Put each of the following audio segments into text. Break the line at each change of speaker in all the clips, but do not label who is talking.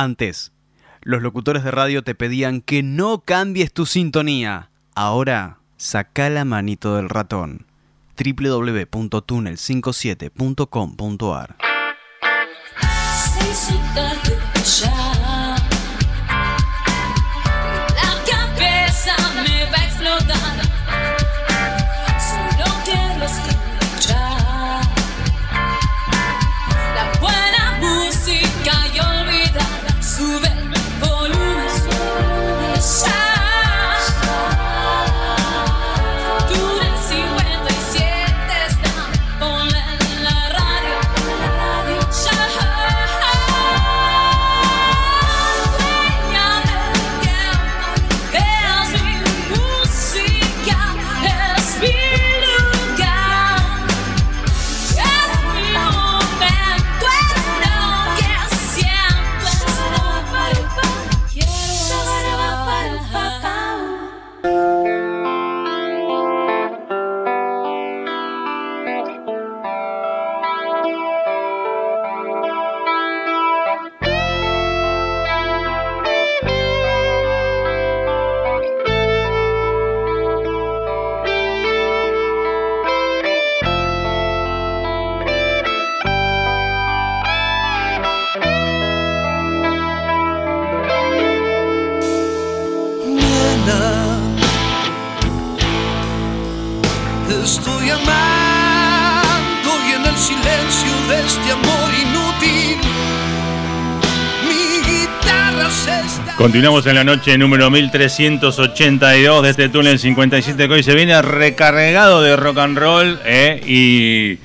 Antes, los locutores de radio te pedían que no cambies tu sintonía. Ahora, saca la manito del ratón. www.tunnel57.com.ar
Sem soltar do puxar La cabeça me vai explotar Solo quiero escuchar La buena música y olvidar Sube el volumen Ya Túnel 57 está Ponle en la radio Es mi música, es mi lugar, es mi momento, es lo que siempre estuve. Quiero estar.
Nena, te estoy amando y en el silencio de este amor inútil, mi guitarra se está.
Continuamos en la noche número 1382 de este túnel 57 que hoy se viene recargado de rock and roll ¿eh? y,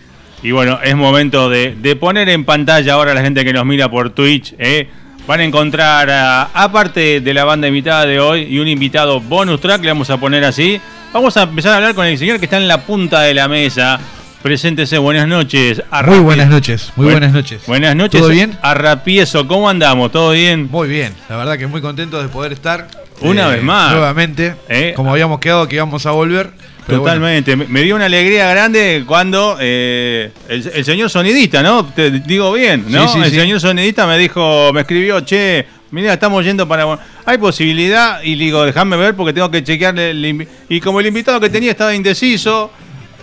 y bueno, es momento de, de poner en pantalla ahora a la gente que nos mira por Twitch. ¿eh? Van a encontrar, a- aparte de la banda invitada de hoy y un invitado bonus track, le vamos a poner así. Vamos a empezar a hablar con el señor que está en la punta de la mesa. Preséntese, buenas noches.
Muy
Arrapie-
buenas noches, muy
Buen-
buenas noches.
Buenas noches.
¿Todo bien?
Arrapieso, ¿cómo andamos? ¿Todo bien?
Muy bien, la verdad que muy contento de poder estar. eh,
Una vez más.
Nuevamente,
Eh.
como habíamos quedado que íbamos a volver. pero bueno,
Totalmente. Me- Me dio una alegría grande cuando eh, el, el señor sonidista, ¿no? Te digo bien, ¿no?
Sí, sí,
el
sí.
señor sonidista me dijo, me escribió, che, mira, estamos yendo para. Bon- Hay posibilidad, y le digo, déjame ver porque tengo que chequear. el invi-". y como el invitado que tenía estaba indeciso,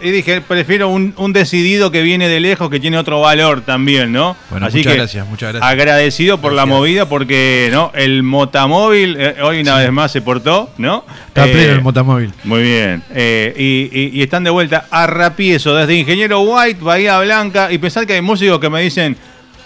y dije, prefiero un, un decidido que viene de lejos, que tiene otro valor también, ¿no?
Bueno, muchas gracias, muchas gracias.
Agradecido por la
Gracias.
movida porque, ¿no? El Motamóvil eh, hoy una vez más se portó, ¿no?
Está
Eh,
pleno el motamóvil.
muy bien. Eh, y, y- y están de vuelta a Rapieso, desde Ingeniero White, Bahía Blanca. Y pensar que hay músicos que me dicen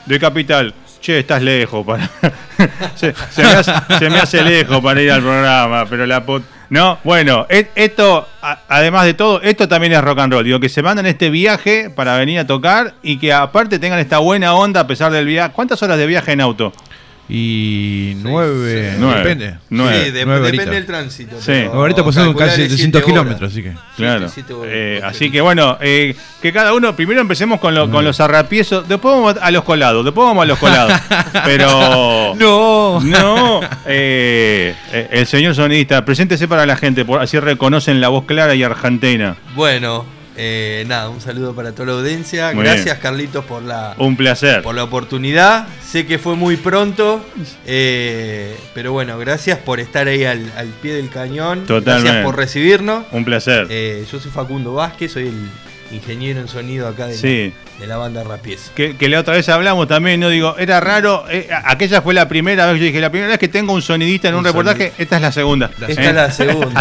de Capital, che, estás lejos. Para... se, se me hace, se me hace lejos para ir al programa, pero la pot- No, bueno, e- esto, a- además de todo, esto también es rock and roll. Digo, que se mandan este viaje para venir a tocar y que aparte tengan esta buena onda a pesar del viaje. ¿Cuántas horas de viaje en auto?
Y nueve,
sí.
Nueve.
depende.
Nueve.
Sí, de-
Nueve
depende
horitas.
del tránsito.
Sí.
pero
Ahorita pasaron
calculale
casi
siete
700
horas.
kilómetros, así que.
Claro.
siete horas,
Eh,
ocho.
así que bueno, eh, que cada uno, primero empecemos con, lo- con los arrapiezos, después vamos a los colados, después vamos a los colados. Pero.
No.
No, eh, eh, el señor sonidista, preséntese para la gente, por- así reconocen la voz clara y argentina.
Bueno, eh, nada, un saludo para toda la audiencia.
Muy
Gracias,
bien.
Carlitos, por la,
Un placer.
por la oportunidad. Sé que fue muy pronto, eh, pero bueno, gracias por estar ahí al, al pie del cañón.
Totalmente.
Gracias por recibirnos.
Un placer.
Eh, yo soy Facundo Vázquez, soy el ingeniero en sonido acá de,
Sí.
la, de la banda Rapiez.
Que, que la otra vez hablamos también, ¿no? Digo, era raro. eh, a- aquella fue la primera vez, yo dije, la primera vez que tengo un sonidista en un,
Un
reportaje,
sonidista.
esta es la segunda. ¿eh?
Esta es la segunda.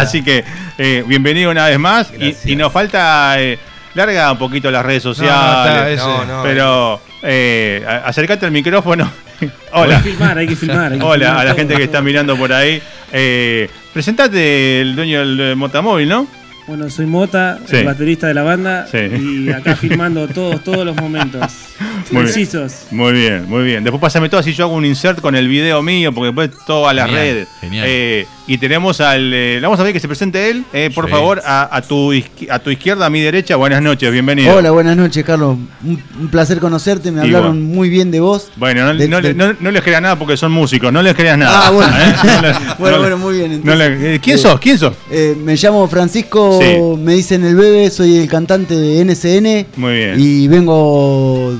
Así que, eh, bienvenido una vez más. Y,
Gracias.
y nos falta. eh, larga un poquito las redes sociales.
está,
eh,
es-
eh, No, no,
pero eh, a- acércate al micrófono. Hola.
Hay que filmar, hay que filmar. hay que
Hola
filmar
a la
todo,
gente que
todo.
está mirando por ahí. Eh, presentate el dueño del eh, motamóvil, ¿no?
Bueno, soy Mota,
Sí.
el baterista de la banda.
Sí.
Y acá filmando todos, todos los momentos.
Muy bien.
Precisos.
Muy bien, muy bien. Después pasame todo así, yo hago un insert con el video mío, porque después todo a las
Genial,
redes.
genial.
Eh, y tenemos al... eh, le vamos a ver que se presente él, eh, por
Sí.
favor, a, a tu, isqui- a tu izquierda, a mi derecha. Buenas noches, bienvenido.
Hola, buenas noches, Carlos. Un, un placer conocerte. Me
Igual.
hablaron muy bien de vos.
Bueno, no,
De-
no le-
de-
no- no les creas nada porque son músicos, no les creas nada.
Ah, bueno.
¿Eh? No le-
Bueno,
no le-
bueno, muy bien,
no le- eh, ¿Quién
Eh,
sos? ¿Quién sos?
Eh, me llamo Francisco,
Sí.
me dicen el bebé, soy el cantante de NCN.
Muy bien.
Y vengo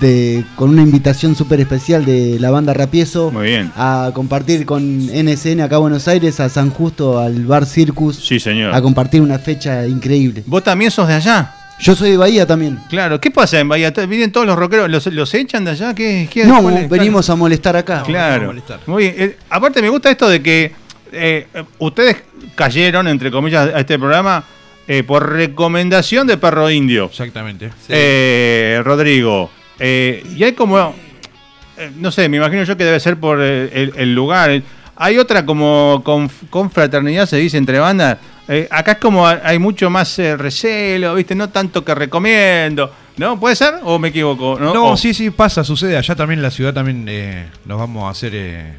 de- con una invitación súper especial de la banda Rapieso
Muy bien.
a compartir con NSN acá a Buenos Aires, a San Justo, al Bar Circus,
Sí,
a
señor.
compartir una fecha increíble.
¿Vos también sos de allá?
Yo soy de Bahía también.
Claro. ¿Qué pasa en Bahía? ¿T- ¿Vienen todos los rockeros? ¿Los, los echan de allá? ¿Qué, qué-
No,
cuál es?
venimos a molestar acá.
no
Claro.
molestar.
Muy bien. Eh, aparte me gusta esto de que eh, eh, ustedes cayeron, entre comillas, a este programa eh, por recomendación de Perro Indio.
Exactamente.
Eh, Rodrigo. eh, y hay como... eh, no sé, me imagino yo que debe ser por eh, el, el lugar. Hay otra como conf- confraternidad, se dice, entre bandas. Eh, acá es como hay- hay mucho más eh, recelo, ¿viste? No tanto que recomiendo. ¿No? ¿Puede ser? ¿O me equivoco? No,
No,
O-
sí, sí, pasa, sucede. Allá también en la ciudad también eh, nos vamos a hacer eh,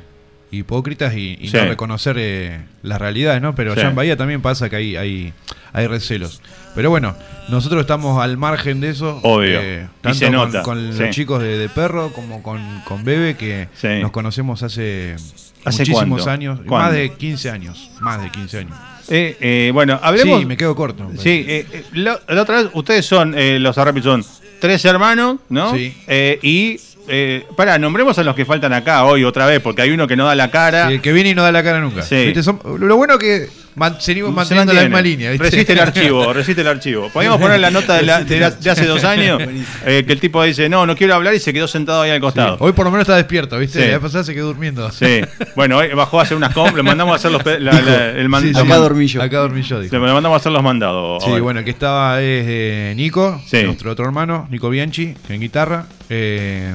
hipócritas y, y
Sí.
no reconocer eh, las realidades, ¿no? Pero
Sí.
allá en Bahía también pasa que hay, hay, hay recelos. Pero bueno, nosotros estamos al margen de eso. eh,
Obvio. Y
tanto
se
con-
nota,
con,
sí.
los chicos de, de Perro como con, con Bebe, que
Sí.
nos conocemos hace,
¿Hace
muchísimos
cuánto?
años.
¿Cuándo?
Más de 15 años. Más de 15 años.
Eh, eh, bueno, hablemos...
Sí, me quedo corto. me
Sí,
parece.
eh, eh, la, la otra vez, ustedes son, eh, los Arrapis son tres hermanos, ¿no?
Sí.
Eh, y, eh, pará, nombremos a los que faltan acá hoy otra vez, porque hay uno que no da la cara.
Sí, el que viene y no da la cara nunca.
Sí.
¿Viste? Son- lo bueno que man- seguimos
Se
manteniendo
mantiene.
la misma línea. ¿viste?
Resiste el archivo, resiste el archivo. Podríamos poner la nota de, la- de la- de hace dos años, eh, que el tipo dice, no, no quiero hablar y se quedó sentado ahí al costado.
Hoy por lo menos está despierto, ¿viste?
Sí.
La vez pasada se quedó durmiendo.
Sí. Bueno, hoy bajó a hacer unas compras, le mandamos a hacer los, pe- la- la- el man-
Sí, sí.
los
Acá
man-
dormí yo.
Acá dormí yo, dijo.
le mandamos a hacer los mandados.
Sí,
hoy.
bueno, el que estaba es eh, Nico,
Sí.
nuestro otro hermano, Nico Bianchi, en guitarra. eh,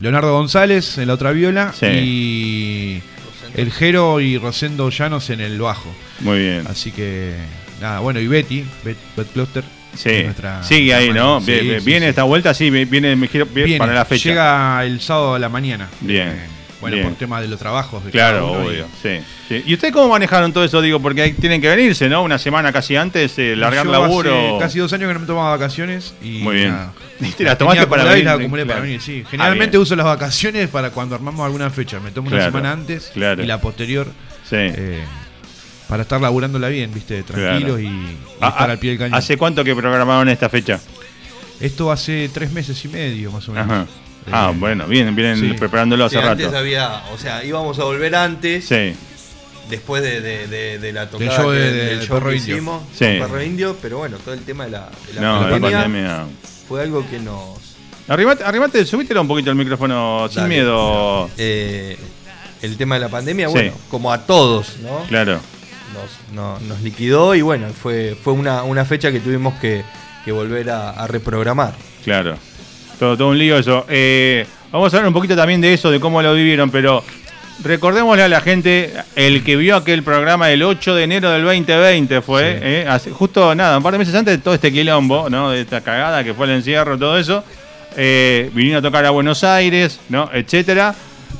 Leonardo González en la otra viola.
Sí.
Y el Jero y Rosendo Llanos en el bajo.
Muy bien.
Así que, nada, bueno, y Betty, Bet, Bet Cluster. que
Sí,
es nuestra-
sigue ahí,
nuestra
¿no?
hermana.
Bien,
Sí,
bien,
sí,
viene
sí.
esta vuelta, sí, vi- viene, me quiero- bien,
Viene,
para la fecha.
Llega el sábado a la mañana.
Bien,
Eh, bueno,
bien.
por tema de los trabajos. de
Claro,
cada uno y-
obvio. Sí, sí. ¿Y ustedes cómo manejaron todo eso? Digo, porque ahí tienen que venirse, ¿no? Una semana casi antes, eh, largar
Yo
laburo.
hace casi dos años que no me tomaba vacaciones y.
Muy bien.
nada.
Y te las tomaste
Tenía
para
acumuladas y
venir,
las acumulé
claro.
para venir, sí.
Ah,
Generalmente
bien.
uso las vacaciones para cuando armamos alguna fecha. Me tomo una
Claro,
semana antes
claro.
y la posterior.
Sí.
eh, para estar laburándola bien, viste, tranquilos y, y
Ah,
estar
ah,
al pie del cañón.
¿Hace cuánto que programaron esta fecha?
Esto hace tres meses y medio, más o menos.
Ajá. Ah,
Eh,
bueno, bien, vienen
sí.
preparándolo hace
Sí, antes
rato.
había, o sea, íbamos a volver antes,
Sí,
después de, de- de- de la tocada
show
que-
de-
del
de
show
Perro
que
Indio.
hicimos
Sí.
con Perro Indio, pero bueno, todo el tema de la, de la
no, la
pandemia
pandemia.
fue algo que nos...
Arrimate, arrimate, subítelo un poquito el micrófono sin
Dale.
miedo.
eh, el tema de la pandemia,
Sí.
bueno, como a todos, ¿no?
Claro.
Nos, no- nos liquidó y bueno, fue, fue una, una fecha que tuvimos que, que volver a, a reprogramar.
Claro. Todo, todo un lío eso. Eh, vamos a hablar un poquito también de eso, de cómo lo vivieron, pero recordémosle a la gente, el que vio aquel programa el 8 de enero del 2020 fue, eh, hace- justo nada, un par de meses antes de todo este quilombo, ¿no? De esta cagada que fue el encierro, todo eso. Eh, vinieron a tocar a Buenos Aires, ¿no? Etcétera.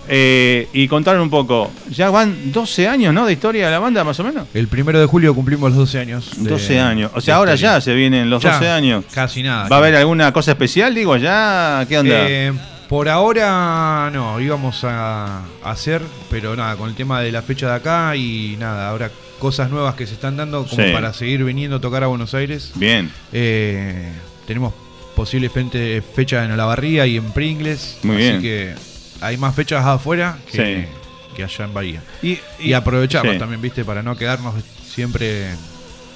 Eh, y contaron un poco. Ya van 12 años, ¿no? De historia de la banda, más o menos.
El primero de julio cumplimos los 12 años. de-
12 años. O sea,
de
ahora
historia.
ya se vienen los
Ya,
12 años.
Casi nada.
¿Va a haber alguna cosa especial, digo, ya? ¿Qué onda?
Eh, por ahora no, íbamos a a hacer, pero nada, con el tema de la fecha de acá y nada, ahora cosas nuevas que se están dando como
Sí.
para seguir viniendo a tocar a Buenos Aires.
Bien,
Eh, tenemos posibles fente- fechas en Olavarría y en Pringles,
Muy
así
bien.
que hay más fechas afuera que, que allá en Bahía.
Y,
Y, aprovecharlas
sí.
también, viste, para no quedarnos siempre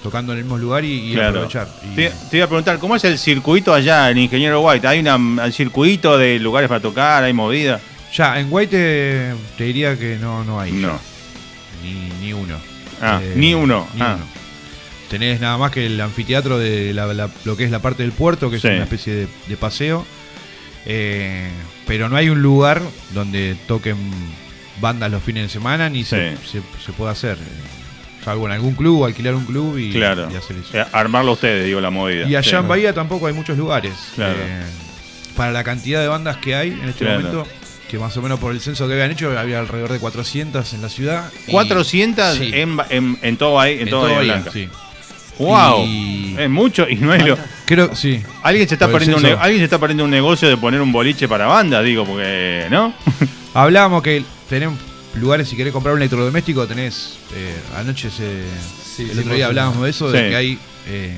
tocando en el mismo lugar y, y
claro.
aprovechar. Y-
Te, te iba a preguntar, ¿cómo es el circuito allá en Ingeniero White? ¿Hay una, un circuito de lugares para tocar? ¿Hay movida?
Ya, en White eh, te, diría que no, no hay.
No.
Ni, ni uno. Eh,
Ah, ni uno, ah.
Tenés nada más que el anfiteatro de la- la- lo que es la parte del puerto, que
Sí.
es una especie de, de paseo. Eh, pero no hay un lugar donde toquen bandas los fines de semana ni se, se, se puede hacer. Eh, Salvo en algún club, alquilar un club y,
claro.
y hacer eso.
Eh, Armarlo ustedes, digo, la movida.
Y allá
Sí.
en Bahía tampoco hay muchos lugares.
Claro.
Eh, para la cantidad de bandas que hay en este
Claro.
momento, que más o menos por el censo que habían hecho, había alrededor de 400 en la ciudad. y-
400
Sí,
en, Ba- en, en todo ahí, en,
en
todo
toda
Bahía
Bahía,
Blanca.
sí.
¡Wow!
Y-
Es mucho y no es lo-
Creo, sí.
Alguien se, está
Por el
perdiendo un,
censo.
ne- alguien se está perdiendo un negocio de poner un boliche para banda, digo, porque. ¿No?
Hablábamos que tenemos lugares, si querés comprar un electrodoméstico, tenés. eh, anoche se, el otro día hablábamos de eso,
Sí.
de que hay eh,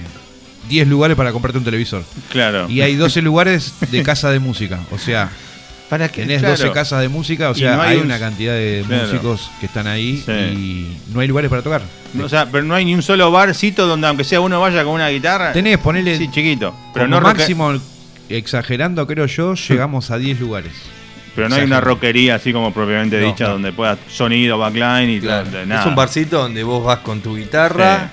10 lugares para comprarte un televisor.
Claro.
Y hay 12 lugares de casa de música. O sea,
¿Para qué?
tenés
Claro.
12 casas de música. O
Y
sea,
no hay
hay,
un-
una cantidad de
Claro.
músicos que están ahí
Sí.
y no hay lugares para tocar.
No, O sea, pero no hay ni un solo barcito donde aunque sea uno vaya con una guitarra.
Tenés, ponele.
Ah, Sí, chiquito. Pero no,
como
roque-
máximo, exagerando creo yo, llegamos a 10 lugares.
pero no hay una rockería así como propiamente
No,
dicha
no.
donde pueda sonido, backline y
Claro.
todo, nada.
Es un barcito donde vos vas con tu guitarra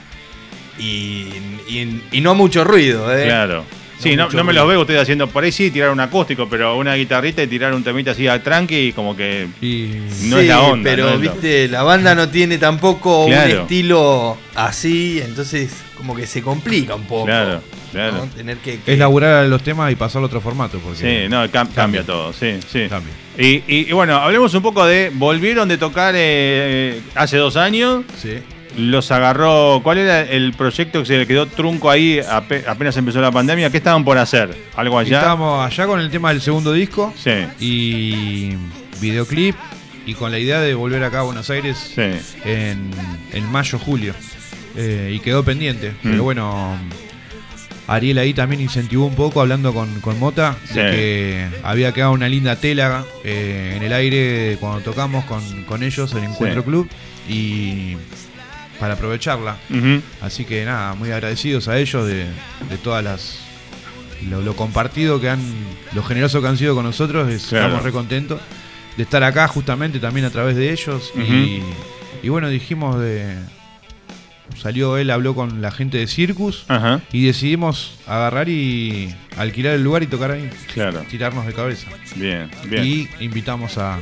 y, y- y no mucho ruido, ¿eh?
Claro. Sí, no,
No mucho
no me
ruido.
los veo ustedes haciendo por ahí, sí, tirar un acústico, pero una guitarrita y tirar un temita así a tranqui y como que
Y
no es
Sí,
la onda.
Pero
no es lo-
viste, la banda no tiene tampoco
Claro.
un estilo así, entonces como que se complica un poco.
Claro,
¿no?
claro.
Tener que, que-
es laburar los temas y pasarlo a otro formato. Porque
Sí, no, cam- cambia,
Cambia.
todo, sí, sí.
Cambia.
Y, y- y bueno, hablemos un poco de. Volvieron de tocar eh, hace dos años.
Sí.
Los agarró. ¿Cuál era el proyecto que se le quedó trunco ahí ape- apenas empezó la pandemia? ¿Qué estaban por hacer? ¿Algo allá?
Estábamos allá con el tema del segundo disco
Sí.
y videoclip y con la idea de volver acá a Buenos Aires
Sí.
en, en mayo, julio. Eh, y quedó pendiente.
Mm.
Pero bueno, Ariel ahí también incentivó un poco hablando con, con Mota de
Sí.
que había quedado una linda tela eh, en el aire cuando tocamos con, con ellos en Encuentro
Sí.
Club y para aprovecharla.
Ujú.
Así que nada, muy agradecidos a ellos de, de todas las. Lo, lo compartido que han. Lo generoso que han sido con nosotros. es-
Claro.
Estamos re contentos de estar acá justamente también a través de ellos. y, y bueno, dijimos de. Salió él, habló con la gente de Circus.
Ajá,
Y decidimos agarrar y alquilar el lugar y tocar ahí.
claro.
Tirarnos de cabeza.
Bien, bien.
Y invitamos a.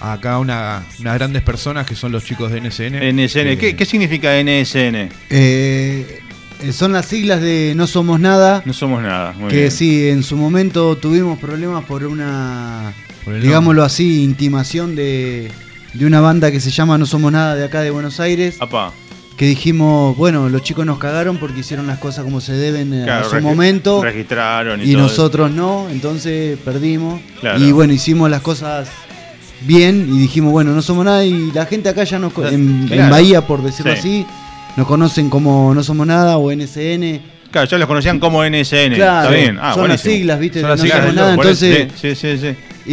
a acá una, unas grandes personas que son los chicos de NSN.
NSN, ¿qué,
que-
qué significa NSN?
Eh, eh, son las siglas de No Somos Nada.
No somos nada. Muy
que
bien.
sí, en su momento tuvimos problemas por una,
Por el
digámoslo así, intimación de, de una banda que se llama No Somos Nada de acá de Buenos Aires,
Apa,
que dijimos, bueno, los chicos nos cagaron porque hicieron las cosas como se deben eh,
claro,
a su
regi-
momento
Registraron y,
y
todo
nosotros no, entonces perdimos.
Claro.
Y bueno, hicimos las cosas bien y dijimos, bueno, no somos nada y la gente acá ya nos, co- en,
Claro.
en Bahía, por decirlo
Sí.
así, nos conocen como No Somos Nada o NSN.
eso. Claro, ya los conocían como NSN. Está
Claro,
bien. Ah,
son las
buenísimo.
siglas, viste,
Son
no
las siglas,
somos
Claro,
nada,
por eso,
entonces...
Sí, sí, sí. sí.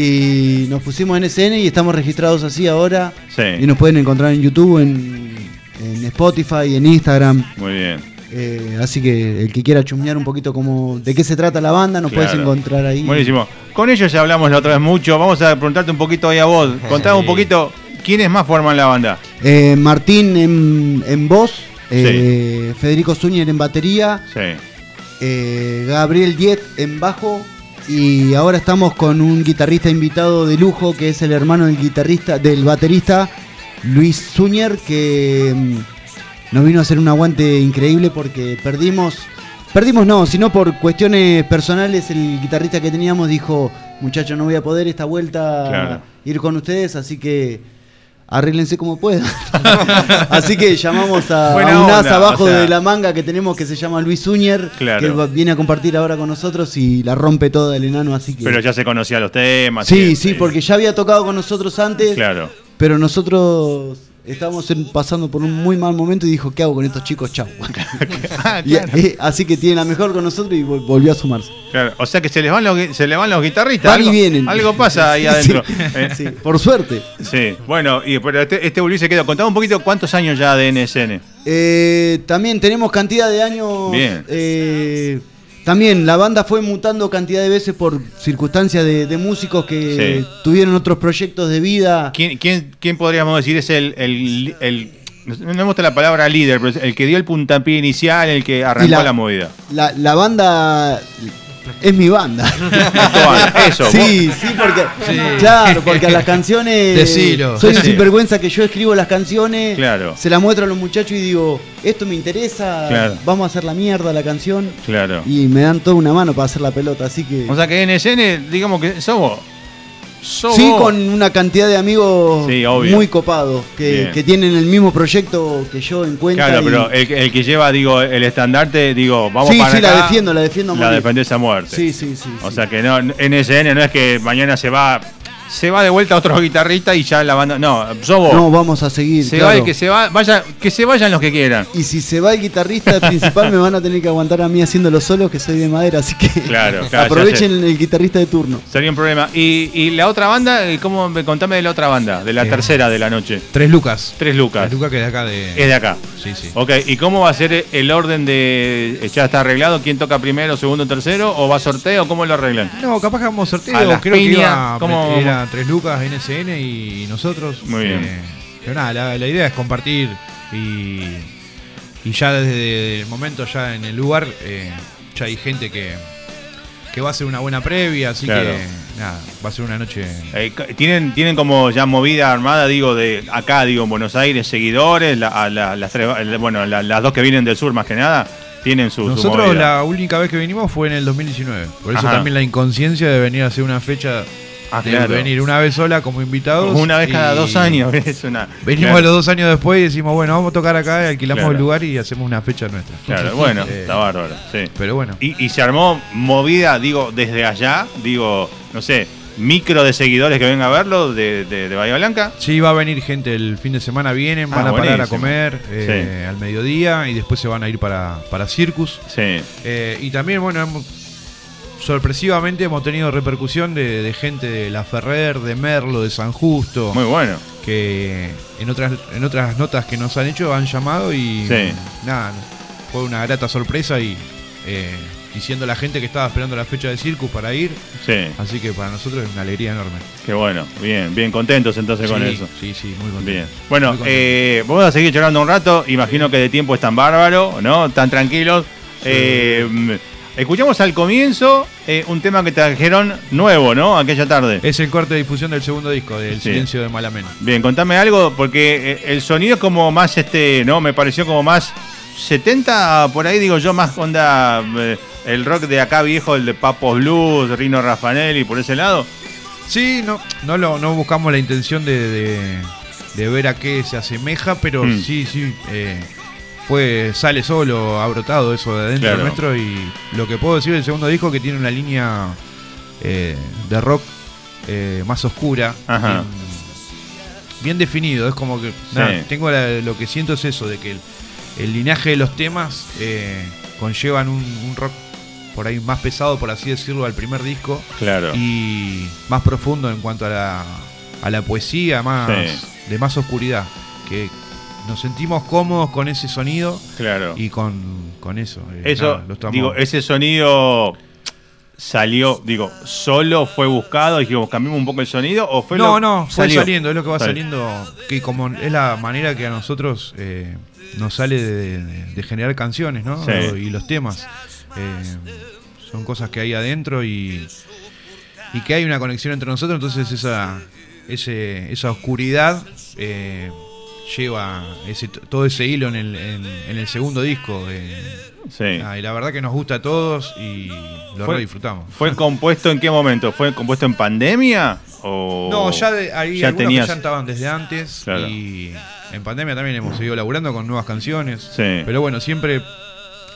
Y nos pusimos NSN y estamos registrados así ahora.
Sí.
Y nos pueden encontrar en YouTube, en, en Spotify, en Instagram.
Muy bien.
Eh, así que el que quiera chusmear un poquito como de qué se trata la banda, nos
Claro.
puedes encontrar ahí.
Buenísimo. Con ellos ya hablamos la otra vez mucho. Vamos a preguntarte un poquito hoy a vos. Contame un poquito quiénes más forman la banda.
Eh, Martín en, en voz, eh, Federico Zúñer en batería,
Sí.
eh, Gabriel Diet en bajo. Y ahora estamos con un guitarrista invitado de lujo que es el hermano del guitarrista, del baterista Luis Zúñer, que mm, nos vino a hacer un aguante increíble porque perdimos. Perdimos no, sino por cuestiones personales el guitarrista que teníamos dijo, muchachos, no voy a poder esta vuelta
Claro.
ir con ustedes, así que arréglense como puedan. así que llamamos a, a
Buena
un as
onda,
abajo
o sea.
de la manga que tenemos que se llama Luis Zúñer,
Claro.
que va- viene a compartir ahora con nosotros y la rompe toda el enano, así que...
Pero ya se conocían los temas.
sí,
y-
sí, porque ya había tocado con nosotros antes,
Claro.
pero nosotros estábamos en- pasando por un muy mal momento y dijo, ¿qué hago con estos chicos? Chau.
Ah,
Y- eh, así que tiene la mejor con nosotros y vol- volvió a sumarse.
claro. O sea que se les van los, gui- se les van los guitarristas.
Van y
algo,
vienen.
algo pasa ahí
Sí,
adentro.
sí,
Eh,
sí, por suerte.
sí. Bueno, y, pero este, este Ulises quedó. Contame un poquito cuántos años ya de NSN.
Eh, también tenemos cantidad de años.
Bien.
eh, también la banda fue mutando cantidad de veces por circunstancias de, de músicos que
Sí.
tuvieron otros proyectos de vida.
¿Quién, quién, quién podríamos decir es el, el- el- no me gusta la palabra líder, pero es el que dio el puntapié inicial, el que arrancó
Y
la,
la-
movida?
La, la banda es mi banda.
Actual, eso.
Sí, sí, porque. Claro, porque a las canciones.
Decilo,
soy un
decilo.
sinvergüenza que yo escribo las canciones.
Claro.
Se las muestro a los muchachos y digo, esto me interesa.
Claro.
Vamos a hacer la mierda la canción.
vos- claro.
Y me dan toda una mano para hacer la pelota, así que.
O sea que NSN, digamos que somos. Somos.
Sí, con una cantidad de amigos
Sí, obvio.
muy copados que,
Bien.
que tienen el mismo proyecto que yo en cuenta.
Claro,
y-
pero el, que- el que lleva, digo, el estandarte, digo, vamos
sí,
para
sí, la
acá,
defiendo, la defiendo a
La
morir.
defendés a muerte.
Sí, sí, sí.
O
sí.
sea que no, NSN no es que mañana se va, se va de vuelta otro guitarrista y ya la banda. No, sos vos.
No, vamos a seguir.
se va
claro.
el que se va, vaya, que se vayan los que quieran.
Y si se va el guitarrista principal, me van a tener que aguantar a mí haciendo los solos, que soy de madera, así que
Claro, claro,
aprovechen el guitarrista de turno.
Sería un problema. Y, y la otra banda, eh, ¿cómo me- contame de la otra banda? De la
Eh.
tercera de la noche.
Tres lucas.
Tres lucas.
Tres lucas que es de acá de.
Es de acá.
Sí, sí.
Ok, ¿y cómo va a ser el orden de. eh, ¿Ya está arreglado? ¿Quién toca primero, segundo, tercero? ¿O va sorteo? ¿Cómo lo arreglan?
No, capaz que hagamos
A
sorteo.
las
Creo que
piñas,
iba,
¿cómo
era tres lucas, NSN y nosotros.
Muy bien.
Eh, pero nada, la, la idea es compartir y, y ya desde el momento, ya en el lugar, eh, ya hay gente que, que va a hacer una buena previa, así
Claro.
que nada, va a ser una noche.
Eh, ca- ¿tienen, tienen como ya movida armada, digo, de acá, digo, en Buenos Aires, seguidores, la- a la- las tres, el- bueno, la- las dos que vienen del sur más que nada, tienen su, su
Nosotros
movida.
la única vez que vinimos fue en el 2019. Por eso
Ajá.
también la inconsciencia de venir a hacer una fecha,
Ah,
de
claro.
venir una vez sola como invitados.
Una vez cada
y-
dos años, es una.
Venimos
Claro.
los dos años después y decimos, bueno, vamos a tocar acá, alquilamos
Claro.
el lugar y hacemos una fecha nuestra.
Claro, bueno,
Eh,
está bárbaro, sí.
Pero bueno.
Y, y se armó movida, digo, desde allá, digo, no sé, micro de seguidores que vengan a verlo de, de, de Bahía Blanca.
Sí, va a venir gente el fin de semana, vienen,
Ah,
van a parar a
buenísimo.
comer eh, al mediodía y después se van a ir para, para Circus.
Sí,
Eh, y también, bueno, hemos- sorpresivamente hemos tenido repercusión de, de gente de La Ferrer, de Merlo, de San Justo,
muy bueno.
que en otras, en otras notas que nos han hecho han llamado y
Sí.
nada, fue una grata sorpresa y eh, diciendo a la gente que estaba esperando la fecha de Circus para ir.
Sí,
Así que para nosotros es una alegría enorme.
qué bueno. Bien, bien contentos entonces con
sí,
eso.
sí, sí, muy contento.
Bien.
Muy
Bueno,
contento.
eh, vamos a seguir charlando un rato. Imagino que de tiempo están bárbaro, ¿no? Tan tranquilos. Eh, mm, escuchamos al comienzo eh, un tema que trajeron nuevo, ¿no? Aquella tarde.
es el corte de difusión del segundo disco, del
Sí.
Silencio de Malamén.
Bien, contame algo, porque eh, el sonido es como más este, ¿no? Me pareció como más 70, por ahí digo yo, más onda eh, el rock de acá viejo, el de Papos Blues, Rino Raffanelli, por ese lado.
Sí, no, no, lo, no buscamos la intención de, de- de ver a qué se asemeja, pero
Mm.
sí, sí. eh, fue, sale solo, ha brotado eso de adentro
Claro.
nuestro. Y lo que puedo decir del segundo disco que tiene una línea eh, de rock eh, más oscura.
Ajá.
Bien, bien definido. Es como que. nada, tengo la- lo que siento es eso, de que el, el linaje de los temas eh, conllevan un, un rock por ahí más pesado, por así decirlo, al primer disco
Claro.
y más profundo en cuanto a la, a la poesía, más
Sí.
de más oscuridad. Que nos sentimos cómodos con ese sonido
claro.
y con, con eso. eh,
Eso,
nada, lo estamos-
digo, ese sonido salió, digo, solo fue buscado, dijimos, cambiamos un poco el sonido, o fue lo-
no, no, fue
salió?
saliendo, es lo que va
Salió.
saliendo, que como es la manera que a nosotros eh, nos sale de, de- de generar canciones, ¿no?
Sí.
Y los temas. eh, son cosas que hay adentro y, y que hay una conexión entre nosotros, entonces esa, ese- esa oscuridad eh, lleva ese, todo ese hilo en el, en- en el segundo disco. eh.
Sí.
Ah, y la verdad que nos gusta a todos y lo
Fue-
re disfrutamos.
¿Fue compuesto en qué momento? ¿Fue compuesto en pandemia? O
No, ya de, hay
ya
algunos
tenías-
que ya estaban desde antes
Claro.
y en pandemia también hemos seguido laburando con nuevas canciones.
Sí.
Pero bueno, siempre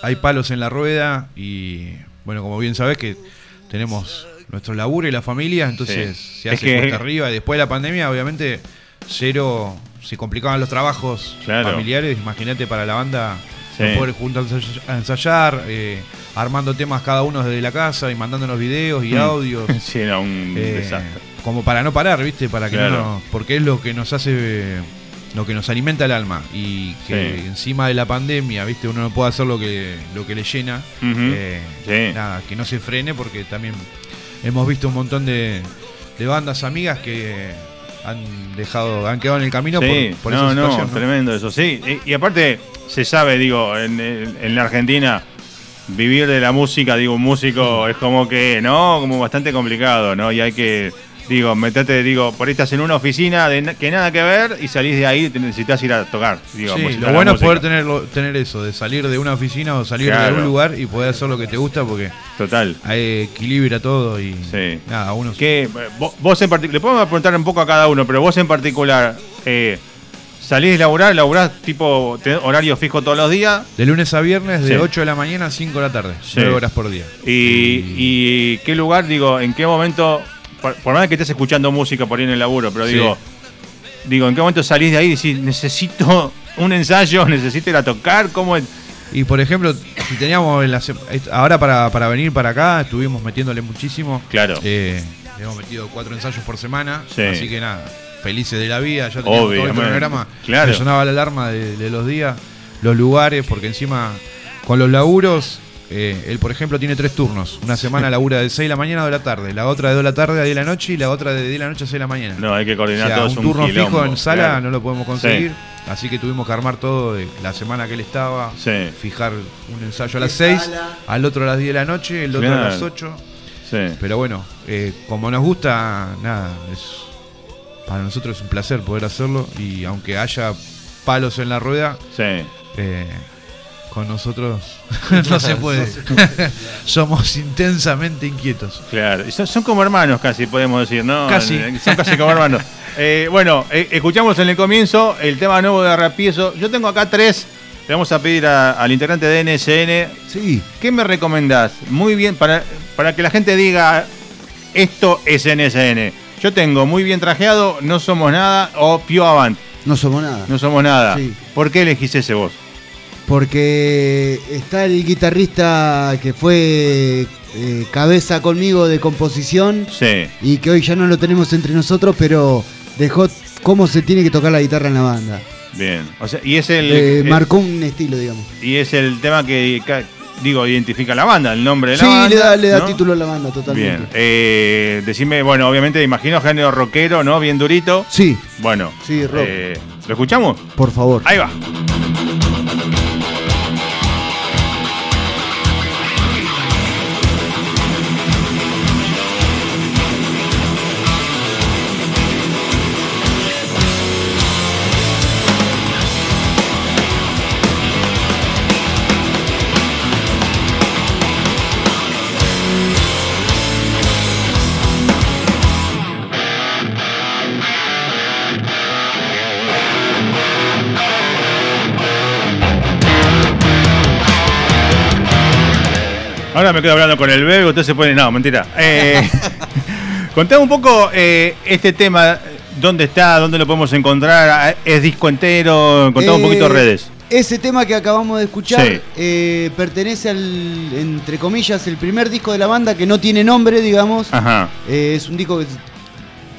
hay palos en la rueda y bueno, como bien sabés que tenemos nuestro laburo y la familia, entonces
Sí.
se
Es
hace
que-
cuesta arriba y después de la pandemia obviamente cero se complicaban los trabajos
Claro.
familiares, imagínate para la banda
Sí.
no poder juntos a ensay- a ensayar, eh, armando temas cada uno desde la casa y mandándonos videos y
Mm.
audios.
Sí, era un
Eh,
desastre.
Como para no parar, ¿viste? Para que
Claro.
no nos- Porque es lo que nos hace. eh, Lo que nos alimenta el alma. Y que
Sí.
encima de la pandemia, ¿viste? Uno no puede hacer lo que, lo que le llena.
Ujú.
Eh,
Sí.
Nada, que no se frene, porque también hemos visto un montón de, de bandas amigas que han dejado. han quedado en el camino
Sí,
por, por
no,
esa
no,
situación. ¿no?
tremendo eso, sí. Y, y aparte, se sabe, digo, en, en- en la Argentina, vivir de la música, digo, un músico es como que, ¿no? Como bastante complicado, ¿no? Y hay que, digo, meterte, digo, por ahí estás en una oficina de na- que nada que ver y salís de ahí, te necesitas ir a tocar. Digo,
Sí,
musicalizar
lo
la
bueno es
música.
poder tener, tener eso, de salir de una oficina o salir de
Claro.
algún lugar y poder hacer lo que te gusta porque
Total.
eh, equilibra todo y
Sí.
nada, uno
Que eh, vo- vos en particular, le podemos preguntar un poco a cada uno, pero vos en particular, eh, salís de laburar, laburás tipo tenés horario fijo todos los días,
De lunes a viernes, de
Sí.
8 de la mañana a 5 de la tarde.
Sí.
9 horas por día.
Y, y qué lugar, digo, en qué momento por, por más que estés escuchando música por ahí en el laburo, pero
Sí.
digo, digo, ¿en qué momento salís de ahí y decís, necesito un ensayo, necesito ir a tocar? ¿Cómo es?
Y por ejemplo, si teníamos en la se- ahora para, para venir para acá, estuvimos metiéndole muchísimo.
Claro.
Eh, le hemos metido cuatro ensayos por semana.
Sí.
Así que nada, felices de la vida. Ya teníamos
Obvio,
todo el
man.
cronograma.
Claro.
Me sonaba la alarma de, de los días, los lugares, porque encima con los laburos. eh, él, por ejemplo, tiene tres turnos. Una semana labura de 6 de la mañana a 2 de la tarde, la otra de 2 de la tarde a 10 de la noche y la otra de 10 de la noche a 6 de la mañana.
No, hay que
O
coordinar
sea,
todo.
un
es
turno fijo
quilombo,
en sala
claro.
no lo podemos conseguir. Así que tuvimos que armar todo de la semana que él estaba.
Sí.
Fijar un ensayo a las 6, al otro a las 10 de la noche, el otro
Claro.
a las 8.
Sí.
Pero bueno, eh, como nos gusta, nada, es, para nosotros es un placer poder hacerlo. Y aunque haya palos en la rueda,
Sí.
eh, con nosotros no se puede. Somos intensamente inquietos.
Claro, y son, son como hermanos casi, podemos decir, ¿no?
Casi.
Eh, Son casi como hermanos. Eh, bueno, eh, escuchamos en el comienzo el tema nuevo de Rapieso. Yo tengo acá tres. Le vamos a pedir a- al integrante de NSN.
Sí.
¿Qué me recomendás? Muy bien, para, para que la gente diga, esto es NSN. Yo tengo muy bien trajeado, no somos nada, o Pio Avant,
No somos nada.
no somos nada.
Sí.
¿Por qué elegís ese vos?
Porque está el guitarrista que fue eh, cabeza conmigo de composición
Sí,
y que hoy ya no lo tenemos entre nosotros, pero dejó cómo se tiene que tocar la guitarra en la banda.
bien. O sea, y es el.
Eh,
eh,
marcó un estilo, digamos.
Y es el tema que, ca- digo, identifica la banda, el nombre de la
Sí,
banda.
le da, le da
¿no?
título a la banda totalmente.
Bien. Eh, decime, bueno, obviamente imagino género rockero, ¿no? Bien durito.
Sí,
Bueno.
Sí, rock.
eh, ¿Lo escuchamos?
por favor.
Ahí va. Ahora me quedo hablando con el bebé, usted se pone. No, mentira. Eh, contame un poco eh, este tema. ¿Dónde está? ¿Dónde lo podemos encontrar? ¿Es disco entero? Contame un
Eh,
poquito redes.
Ese tema que acabamos de escuchar
Sí.
eh, pertenece al, entre comillas, el primer disco de la banda que no tiene nombre, digamos.
Ajá.
Eh, es un disco que s-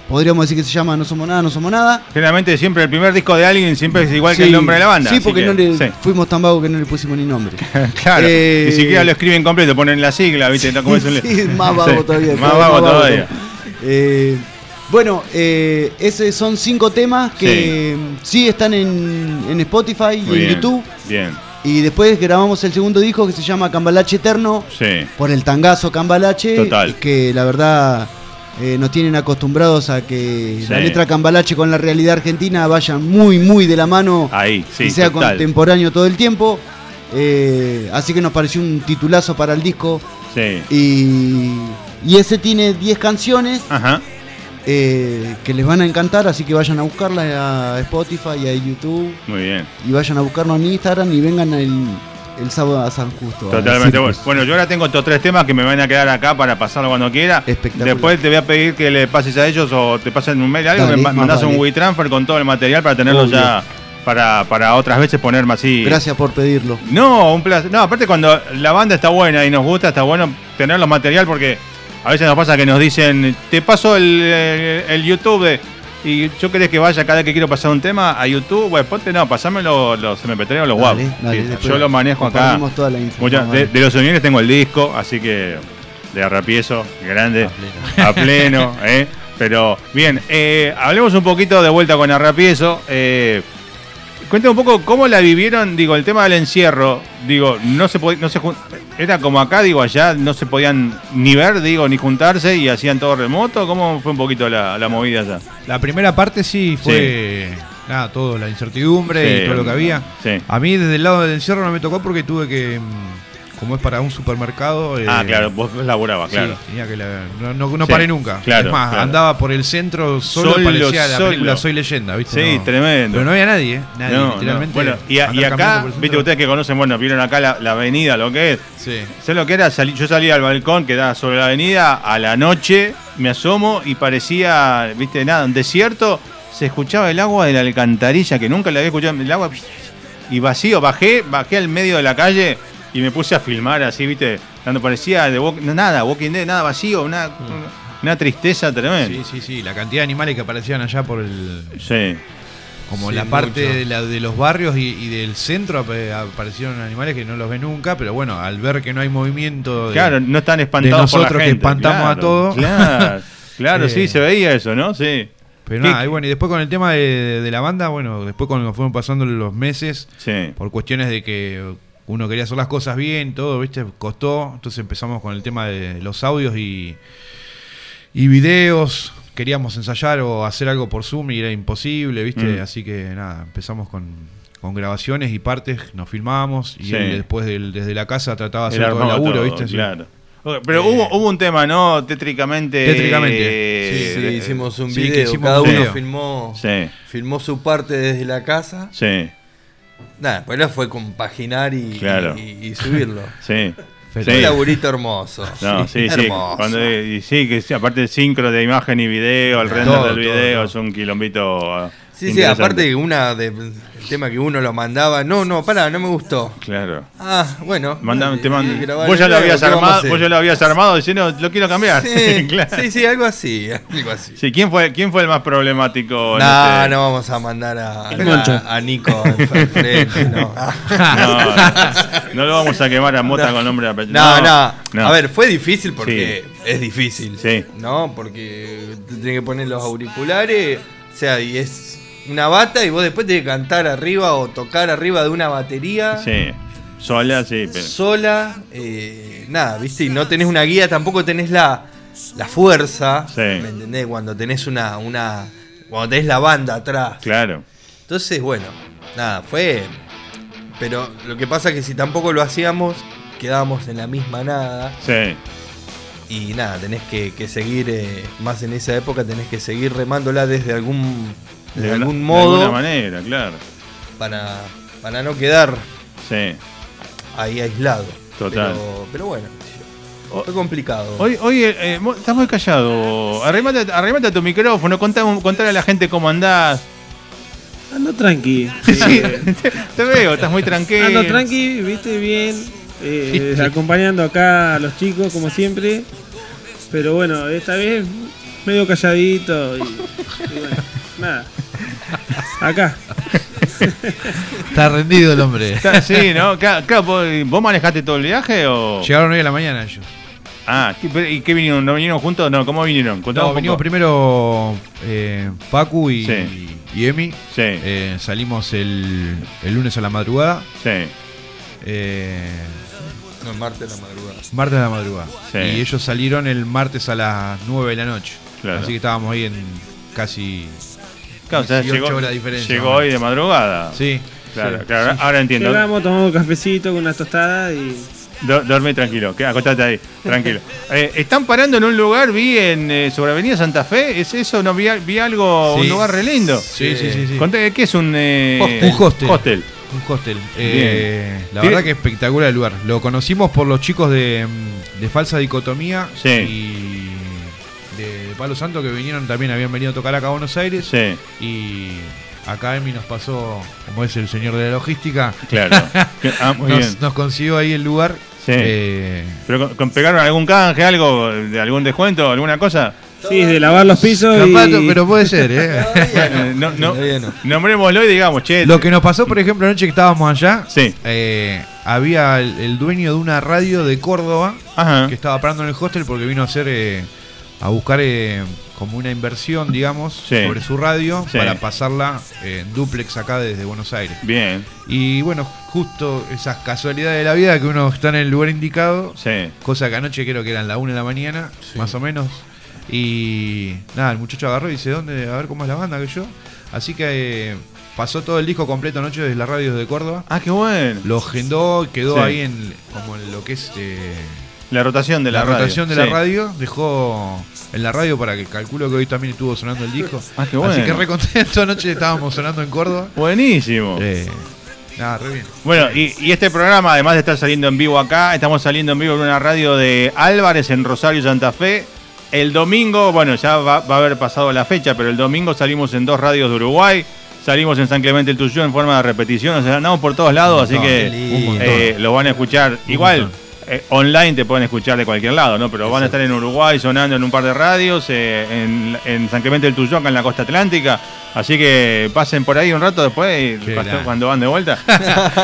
podríamos decir que se llama No Somos Nada, No Somos Nada.
Generalmente siempre el primer disco de alguien siempre es igual que el
Sí,
nombre de la banda.
Sí,
así
porque
que-
no le,
sí.
fuimos tan vagos que no le pusimos ni nombre.
Claro,
Eh,
ni siquiera lo escriben completo, ponen la sigla, ¿viste? No, como es un-
Sí, más vago
Sí,
todavía.
Más vago todavía.
Eh, bueno, eh, esos son cinco temas que sí, están en, en Spotify
Muy
y en
bien,
YouTube.
Bien,
Y después grabamos el segundo disco que se llama Cambalache Eterno
sí.
por el tangazo Cambalache.
Total.
Que la verdad eh, nos tienen acostumbrados a que la
Sí.
letra Cambalache con la realidad argentina vayan muy, muy de la mano
Ahí, Ah, sí.
y sea
total.
contemporáneo todo el tiempo. Eh, así que nos pareció un titulazo para el disco.
Sí.
Y, y ese tiene 10 canciones
Ajá.
eh, que les van a encantar, así que vayan a buscarlas a Spotify y a YouTube.
Muy bien.
Y vayan a buscarnos en Instagram y vengan el, el sábado a San Justo. a
Totalmente bueno.
decirnos.
Bueno, yo ahora tengo estos tres temas que me van a quedar acá para pasarlo cuando quiera.
Espectacular.
Después te voy a pedir que le pases a ellos o te pasen un mail algo,
Dale,
me ma-
más
mandás un
vale.
WeTransfer con todo el material para tenerlo
Obvio.
ya para, para otras veces ponerme así.
Gracias por pedirlo.
No, un placer. No, aparte cuando la banda está buena y nos gusta, está bueno tener los material porque a veces nos pasa que nos dicen, te paso el, el- el YouTube de- y yo querés que vaya cada vez que quiero pasar un tema a YouTube o a Spotify, no, pasame los, los MP3 o los WAV.
Dale, dale,
Sí,
después
yo los manejo acá.
compartimos toda la info.
Ah,
Mucha-
Más
de,
vale.
de los uniones tengo el disco, así que de rapiezo, grande, a pleno, ¿eh? Pero bien, eh, hablemos un poquito de vuelta con Arrapieso. Eh, cuéntame un poco cómo la vivieron, digo, el tema del encierro. Digo, no se podía, no se jun- era como acá, digo, allá no se podían ni ver, digo, ni juntarse y hacían todo remoto. ¿Cómo fue un poquito la, la movida allá?
La primera parte sí fue nada, todo, la incertidumbre
Sí,
y todo lo que había.
Eh, sí.
A mí desde el lado del encierro no me tocó porque tuve que mm, como es para un supermercado. eh,
Ah, claro, vos laburabas,
sí,
claro.
tenía que la- no, no- no
Sí,
paré nunca.
claro,
es más,
claro.
andaba por el centro solo,
Solo,
parecía la
solo.
película Soy Leyenda, ¿viste?
Sí,
No.
tremendo.
Pero no había nadie, ¿eh? Nadie,
No, no.
literalmente.
Bueno, y, a- y
andaba caminando
acá,
por el
viste,
centro.
ustedes que conocen, bueno, vieron acá la, la avenida, lo que es.
Sí.
¿Sabes lo que era? Salí- yo salí al balcón que da sobre la avenida a la noche, me asomo y parecía, viste, nada, un desierto. Se escuchaba el agua de la alcantarilla, que nunca la había escuchado. El agua y vacío. Bajé, bajé al medio de la calle y me puse a filmar así, viste. Dando parecía de walk- nada, Walking Dead, nada vacío, una,
Mm.
una tristeza tremenda.
Sí, sí, sí, la cantidad de animales que aparecían allá por el.
sí.
Como
Sí,
la parte
mucho.
de, la- de los barrios y, y del centro ap- aparecieron animales que no los ve nunca, pero bueno, al ver que no hay movimiento. de-
Claro, no están espantados por la
nosotros que
gente.
espantamos
claro,
a todos.
Claro, claro,
Eh.
sí, se veía eso, ¿no? Sí.
Pero
¿Qué-
nada, y bueno, y después con el tema de, de la banda, bueno, después cuando fueron pasando los meses,
Sí.
por cuestiones de que uno quería hacer las cosas bien, todo, ¿viste? Costó. Entonces empezamos con el tema de los audios y, y videos. Queríamos ensayar o hacer algo por Zoom y era imposible, ¿viste?
Mm.
Así que nada, empezamos con, con grabaciones y partes, nos filmábamos y
Sí.
él después del- desde la casa trataba de
Él
hacer todo el
armaba
laburo,
todo,
¿viste? Sí.
Claro. Ok, Pero hubo, hubo un tema, ¿no? Tétricamente.
Tétricamente,
Sí,
eh,
sí, hicimos un
sí, que
video.
hicimos
Cada
un
uno
video.
filmó,
Sí,
filmó su parte desde la casa.
sí,
Nada, pues la fue compaginar y,
Claro.
y- y subirlo.
sí.
Feliz.
Un
Sí.
laburito hermoso.
No, sí, sí.
Hermoso.
Cuando, y sí, que sí, aparte el sincro de imagen y video, el render
Todo,
del
todo,
video
todo.
es un quilombito. eh,
Sí, sí,
interesante.
aparte una de, el tema que uno lo mandaba. No, no, pará, no me gustó.
Claro.
Ah, bueno.
Mandame- te
eh,
mand-
grabar
vos ya
el
lo
video,
habías
¿qué vamos a
armado,
hacer?
vos ya lo habías armado diciendo, lo quiero cambiar.
Sí,
claro.
sí, sí, algo así, algo así.
Sí, ¿quién fue, quién fue el más problemático? en
No,
este-
no vamos a mandar a,
El Moncho.
a- a Nico al al frente, no.
No, no, no lo vamos a quemar a Mota con nombre de apellido.
No, no, A ver, fue difícil porque es difícil.
Sí.
¿No? Porque te tenés que poner los auriculares. O sea, y es una bata y vos después tenés que cantar arriba o tocar arriba de una batería.
Sí, sola, sí, pero.
Sola. eh, nada, viste, y no tenés una guía, tampoco tenés la, la fuerza.
Sí.
¿Me entendés? Cuando tenés una, una. Cuando tenés la banda atrás.
Claro,
Entonces, bueno, nada, fue. Pero lo que pasa es que si tampoco lo hacíamos, quedábamos en la misma nada.
sí,
Y nada, tenés que, que seguir, eh, más en esa época, tenés que seguir remándola desde algún, desde
una-
algún
De alguna
modo
manera, claro.
para, para no quedar
Sí.
ahí aislado.
Total.
Pero, pero bueno, fue complicado.
Hoy, hoy eh, eh, mo- estás muy callado. Arrimate, arrimate a tu micrófono, contá, contale a la gente cómo andás.
Ando tranqui.
Sí, te, te veo, estás muy
Ah,
tranquilo.
Ando tranqui, viste bien, eh, acompañando acá a los chicos como siempre. Pero bueno, esta vez medio calladito y, y bueno, nada. Acá.
Está rendido el hombre.
Está- Sí, ¿no? Ca- claro, ¿vos, ¿Vos manejaste todo el viaje o...?
Llegaron hoy a la mañana ellos.
Ah, ¿qué- pero- ¿y qué vinieron? ¿No vinieron juntos? No, ¿cómo vinieron? Contá
No,
un poco.
vinimos primero eh, Facu y,
Sí.
y Emi.
Sí,
Eh, salimos el, el lunes a la madrugada.
sí,
eh,
No, el martes de la madrugada.
martes a la madrugada.
Sí.
Y ellos salieron el martes a las 9 de la noche.
Claro.
Así que estábamos ahí en casi.
Claro, o sea,
18
llegó,
horas de diferencia,
llegó
¿no?
hoy de madrugada.
Sí.
Claro,
sí.
claro, ahora entiendo.
Llegamos, tomamos un cafecito con una tostada y.
Do- dormí tranquilo, que- acostate ahí, tranquilo. Eh, están parando en un lugar, vi en eh, sobre Avenida Santa Fe, ¿es eso? No, vi, a- vi algo,
Sí.
un lugar re lindo.
Sí, sí, sí. sí.
Conté, ¿Qué es un eh,
Hostel. Un hostel.
hostel.
Un hostel. Eh, la
Tiene-
verdad que espectacular el lugar. Lo conocimos por los chicos de, mm, de Falsa Dicotomía
Sí.
y de Palo Santo que vinieron también, habían venido a tocar acá a Buenos Aires.
Sí,
Y acá Emi nos pasó, como es el señor de la logística,
claro. Que- ah, muy bien.
nos, nos consiguió ahí el lugar.
Sí.
Eh,
¿Pero con, con- pegaron algún canje, algo, de algún descuento, alguna cosa?
Sí, de lavar los pisos.
capaz,
y...
pero puede ser, ¿eh?
Bueno, no, no-
Todavía no.
nombrémoslo y digamos, che.
Lo que nos pasó, por ejemplo, anoche que estábamos allá,
Sí.
eh, había el, el dueño de una radio de Córdoba
Ajá.
que estaba parando en el hostel porque vino a hacer eh, a buscar eh, como una inversión, digamos,
Sí.
sobre su radio
Sí.
para pasarla eh, en duplex acá desde Buenos Aires.
Bien,
Y bueno, justo esas casualidades de la vida que uno está en el lugar indicado,
sí.
cosa que anoche creo que eran la 1 de la mañana, más o menos. Y nada, el muchacho agarró y dice, ¿dónde? A ver cómo es la banda que yo. Así que eh, Pasó todo el disco completo anoche desde las radios de Córdoba.
Ah, qué bueno.
Lo agendó, quedó
Sí.
ahí en como en lo que es eh,
La rotación de la,
la,
radio.
rotación de
Sí.
la radio. Dejó en la radio para que calculo que hoy también estuvo sonando el disco.
Ah, qué bueno.
Así que re contento. Anoche estábamos sonando en Córdoba.
Buenísimo.
Eh, nada, re bien.
Bueno, y, y este programa, además de estar saliendo en vivo acá, estamos saliendo en vivo en una radio de Álvarez en Rosario, Santa Fe. El domingo, bueno, ya va, va a haber pasado la fecha, pero el domingo salimos en dos radios de Uruguay. Salimos en San Clemente el Tuyo en forma de repetición. O sea, andamos por todos lados, así
montón,
que
un montón.
eh, lo van a escuchar. Igual, eh, online te pueden escuchar de cualquier lado, ¿no? Pero van a estar en Uruguay sonando en un par de radios, eh, en, en San Clemente del Tuyo, acá en la costa atlántica. Así que pasen por ahí un rato después, y
Qué
pas-
grande.
cuando van de vuelta.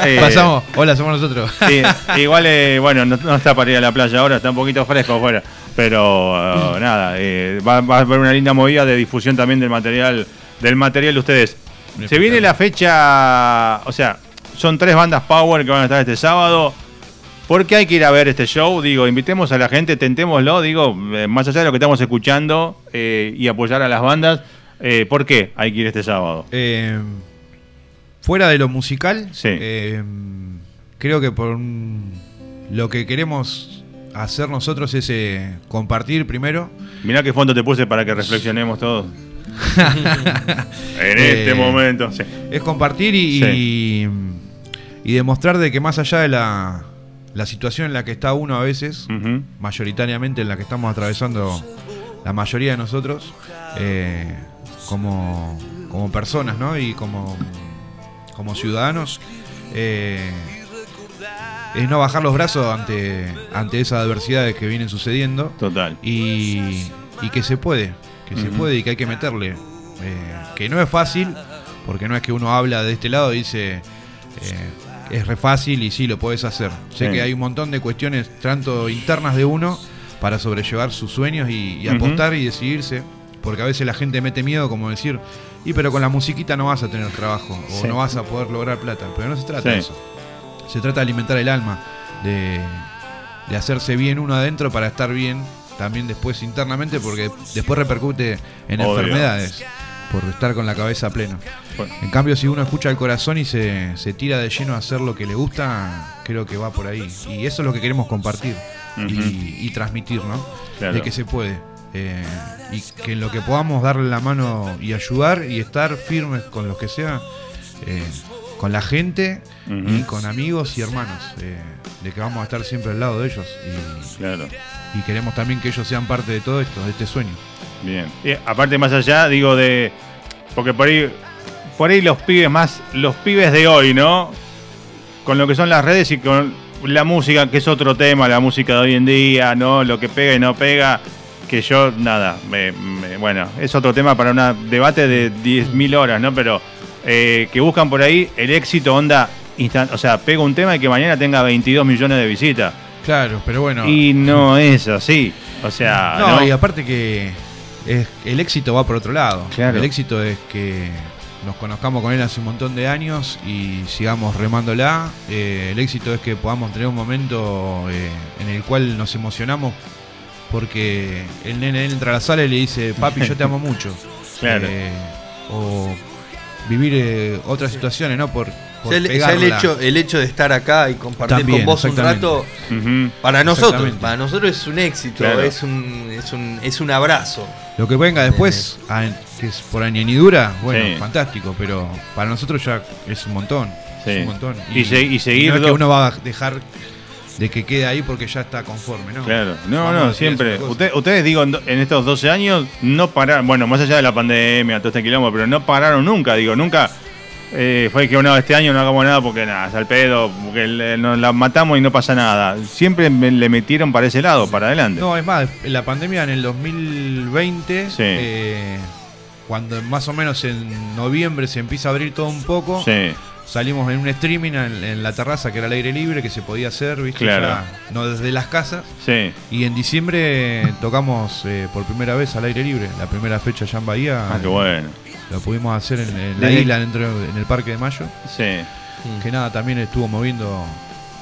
Eh,
Pasamos. Hola, somos nosotros.
Sí, igual, eh, bueno, no, no está para ir a la playa ahora, está un poquito fresco afuera. Pero eh, nada, eh, va, va a haber una linda movida de difusión también del material, del material de ustedes.
Muy
Se viene
espectacular.
la fecha, o sea, son tres bandas Power que van a estar este sábado. ¿Por qué hay que ir a ver este show? Digo, invitemos a la gente, tentémoslo, digo, eh, más allá de lo que estamos escuchando eh, y apoyar a las bandas, eh, ¿por qué hay que ir este sábado?
Eh, fuera de lo musical,
Sí.
eh, creo que por un- lo que queremos hacer nosotros es eh, compartir primero.
Mirá qué fondo te puse para que reflexionemos todos. en
Eh,
este momento. sí.
Es compartir y, y, y demostrar de que más allá de la, la situación en la que está uno a veces,
Ujú.
mayoritariamente en la que estamos atravesando la mayoría de nosotros, eh, como, como personas ¿no? y como, como ciudadanos, eh, es no bajar los brazos ante, ante esas adversidades que vienen sucediendo
Total.
y, y que se puede, que se
Ujú.
puede y que hay que meterle. Eh, que no es fácil, porque no es que uno habla de este lado y dice, eh, es re fácil y sí, lo podés hacer. Sé
Sí.
que hay un montón de cuestiones, tanto internas de uno, para sobrellevar sus sueños y, y
Ujú.
apostar y decidirse. Porque a veces la gente mete miedo como decir, y pero con la musiquita no vas a tener trabajo o
Sí.
no vas a poder lograr plata. Pero no se trata de
Sí.
eso. Se trata de alimentar el alma, de, de hacerse bien uno adentro para estar bien también después internamente, porque después repercute en
Obvio.
enfermedades por estar con la cabeza plena.
Bueno.
En cambio, si uno escucha el corazón y se, se tira de lleno a hacer lo que le gusta, creo que va por ahí. Y eso es lo que queremos compartir y, y transmitir, ¿no?
Claro.
De que se puede. Eh, y que en lo que podamos darle la mano y ayudar y estar firmes con los que sea, eh, con la gente
Ujú.
y con amigos y hermanos, eh, de que vamos a estar siempre al lado de ellos. Y,
Claro.
y queremos también que ellos sean parte de todo esto, de este sueño.
Bien. Y Eh, aparte más allá, digo de porque por ahí por ahí los pibes más los pibes de hoy, ¿no? Con lo que son las redes y con la música, que es otro tema, la música de hoy en día, ¿no? Lo que pega y no pega, que yo nada, me- me- bueno, es otro tema para un debate de 10.000 horas, ¿no? Pero eh, que buscan por ahí el éxito onda instan- o sea, pega un tema y que mañana tenga 22 millones de visitas.
Claro, pero bueno.
Y no es así. O sea,
No,
Ah, ¿no?
y aparte que es- el éxito va por otro lado.
Claro.
El éxito es que nos conozcamos con él hace un montón de años y sigamos remándola. Eh, el éxito es que podamos tener un momento eh, en el cual nos emocionamos porque el nene entra a la sala y le dice, papi, yo te amo mucho.
Claro.
Eh, o vivir eh, otras situaciones, ¿no? Por,
O
por
sea, el, o sea, el
pegarla.
hecho, el hecho de estar acá y compartir
También,
con vos un
exactamente.
rato,
Ujú.
para nosotros,
Exactamente.
para nosotros es un éxito,
Claro.
es, un, es, un, es un abrazo.
Lo que venga después, a- que es por añadidura, bueno,
Sí.
fantástico, pero para nosotros ya es un montón.
Sí.
Es un montón.
Y se- y seguir
no es que
do-
uno va a dejar de que quede ahí porque ya está conforme, ¿no?
Claro, no,
Vamos a
no,
decir
siempre.
otra cosa.
Usted- ustedes, digo, en, do- en estos 12 años no pararon, bueno, más allá de la pandemia, todo este quilombo, pero no pararon nunca, digo, nunca eh, fue que, bueno, este año no hagamos nada porque nada, es al pedo, porque le- nos la matamos y no pasa nada. Siempre me- le metieron para ese lado, para adelante.
No, es más, en la pandemia en el 2020,
Sí.
eh, cuando más o menos en noviembre se empieza a abrir todo un poco,
sí,
salimos en un streaming en, en la terraza que era al aire libre, que se podía hacer, ¿viste?
Claro.
Ya no desde las casas.
sí.
Y en diciembre tocamos eh, por primera vez al aire libre, la primera fecha allá en Bahía.
Ah, qué bueno.
Lo pudimos hacer en, en la
Desde-
isla, dentro, en el Parque de Mayo.
Sí,
Que nada, también estuvo moviendo.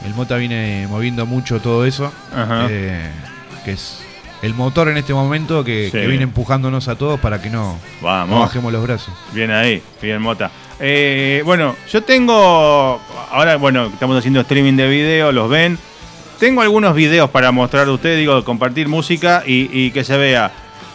El Mota viene moviendo mucho todo eso.
Ajá.
eh, que es el motor en este momento que,
Sí. Oh.
que viene empujándonos a todos para que no, no
vamos.
bajemos los brazos.
Bien ahí, bien Mota. Eh, bueno, yo tengo. Ahora, bueno, estamos haciendo streaming de video, los ven. Tengo algunos videos para mostrar a ustedes, digo, compartir música y, y que se vea.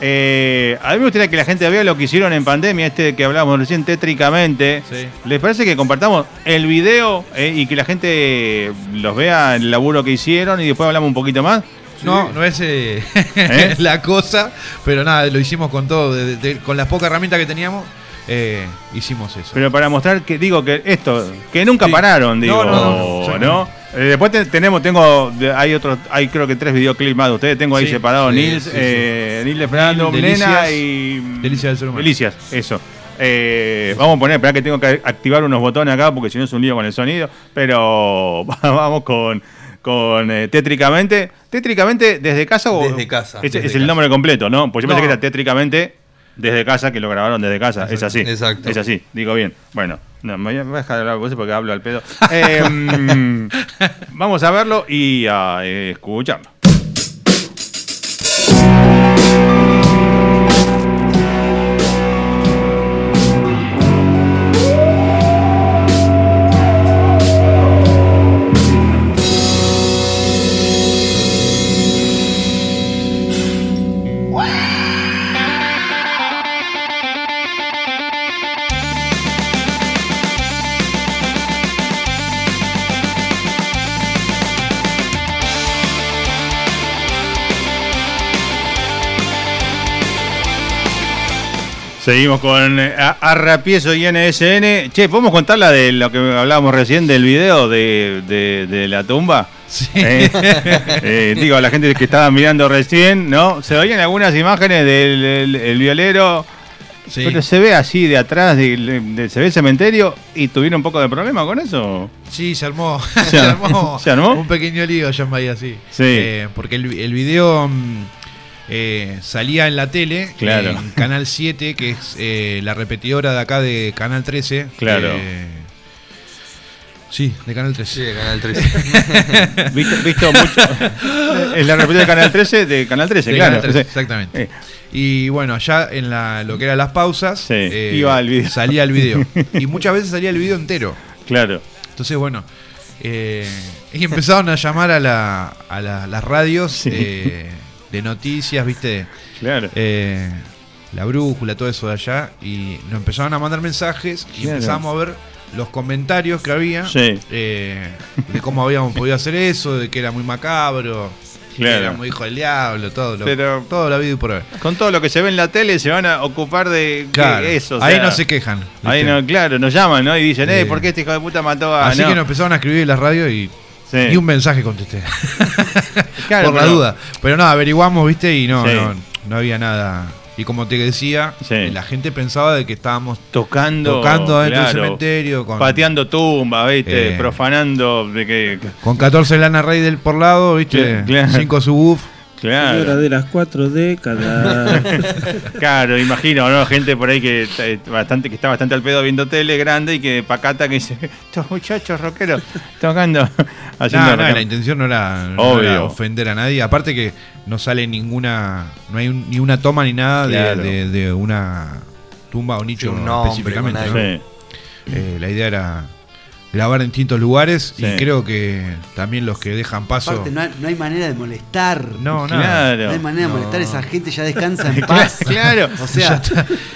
Eh, a mí me gustaría que la gente vea lo que hicieron en pandemia, este que hablábamos recién tétricamente.
Sí.
¿Les parece que compartamos el video eh, y que la gente los vea el laburo que hicieron y después hablamos un poquito más?
No, no es eh,
¿Eh?
la cosa, pero nada, lo hicimos con todo, de- de- con las pocas herramientas que teníamos, eh, hicimos eso.
Pero para mostrar que, digo, que esto, que nunca pararon, digo,
no,
¿no?
no, no.
Eh, después te- tenemos, tengo, de- hay otros, hay creo que tres videoclips más de ustedes, tengo ahí
Sí,
separados
sí,
Nils,
sí, sí.
eh, Nils de Fernando,
Delicias.
Nena y...
Delicias del ser humano.
Delicias, eso. Eh, vamos a poner, espera que tengo que activar unos botones acá porque si no es un lío con el sonido, pero vamos con, con eh, Tétricamente. Tétricamente, ¿desde casa o...?
Desde casa,
Ese
desde
es el
casa.
nombre completo, ¿no? Pues yo pensé
No.
que era Tétricamente desde casa, que lo grabaron desde casa, es así.
Exacto.
Es así, digo bien. Bueno, no, me voy a me voy a dejar de hablar con vos porque hablo al pedo. Eh, mm, vamos a verlo y a eh, escucharlo. Seguimos con eh, a- Arrapiezo y NSN. Che, ¿podemos contar la de lo que hablábamos recién del video de, de- de la tumba?
Sí.
Eh, eh, digo, a la gente que estaba mirando recién, ¿no? Se oían algunas imágenes del del- el violero.
Sí.
Pero se ve así de atrás, de- de- se ve el cementerio y tuvieron un poco de problema con eso.
Sí, se armó. Se,
Se armó.
armó
¿Se armó?
Un pequeño lío, John Bahía, sí.
Sí.
Eh, porque el, el video mm, eh, salía en la tele,
Claro.
en Canal 7, que es eh, la repetidora de acá de Canal 13.
Claro.
Eh, sí, de Canal 13.
Sí, de Canal 13.
Visto, visto mucho. Es la repetición de Canal 13, de Canal 13,
De
claro.
Canal 13,
Sí.
exactamente.
Eh,
Y bueno, ya en la, lo que eran las pausas, eh,
Sí, iba al video.
salía el video. Y muchas veces salía el video entero.
claro.
Entonces, bueno, eh, y empezaron a llamar a, la, a la- las radios
Sí.
eh, de noticias, ¿viste?
Claro.
Eh, la brújula, todo eso de allá. Y nos empezaron a mandar mensajes y
Claro.
empezamos a ver los comentarios que había
Sí.
eh, de cómo habíamos podido hacer eso, de que era muy macabro.
Claro.
Que era muy hijo del diablo, todo lo,
Pero-
todo lo habido y por haber.
Con todo lo que se ve en la tele se van a ocupar de de
Claro,
eso. o
ahí
sea,
no se quejan. ¿viste?
Ahí no, claro, nos llaman, ¿no? Y dicen, eh,
Sí.
¿por qué este hijo de puta mató a.?
Así
no.
que nos empezaron a escribir en la radio y
Sí.
Y un mensaje contesté.
Claro,
Por la
pero-
duda. Pero no, averiguamos, viste, y no,
Sí.
no, no había nada. Y como te decía, eh,
Sí.
la gente pensaba de que estábamos
Tocando,
Tocando adentro del
claro,
cementerio, con-
pateando tumbas, ¿viste?
Eh.
Profanando. De que,
con 14 lana rey del por lado, viste,
Cla- claro.
5 subwoof.
Señora
claro,
de las cuatro décadas.
claro, imagino, ¿no? Gente por ahí que está, eh, bastante, que está bastante al pedo viendo tele grande y que pacata que dice, estos muchachos rockeros tocando. haciendo
No, no,
rock and-
la intención no era, no
Obvio.
era ofender a nadie. Aparte que no sale ninguna, no hay un- ni una toma ni nada de-
Claro.
de, de una tumba o nicho
Sí, un nombre,
específicamente.
con
¿no?
Sí.
Eh, la idea era grabar en distintos lugares
Sí.
y creo que también los que dejan paso...
Aparte, no hay, no hay manera de molestar.
no, nada.
No hay
Claro.
manera de
No.
molestar. Esa gente ya descansa en paz.
Claro.
O sea,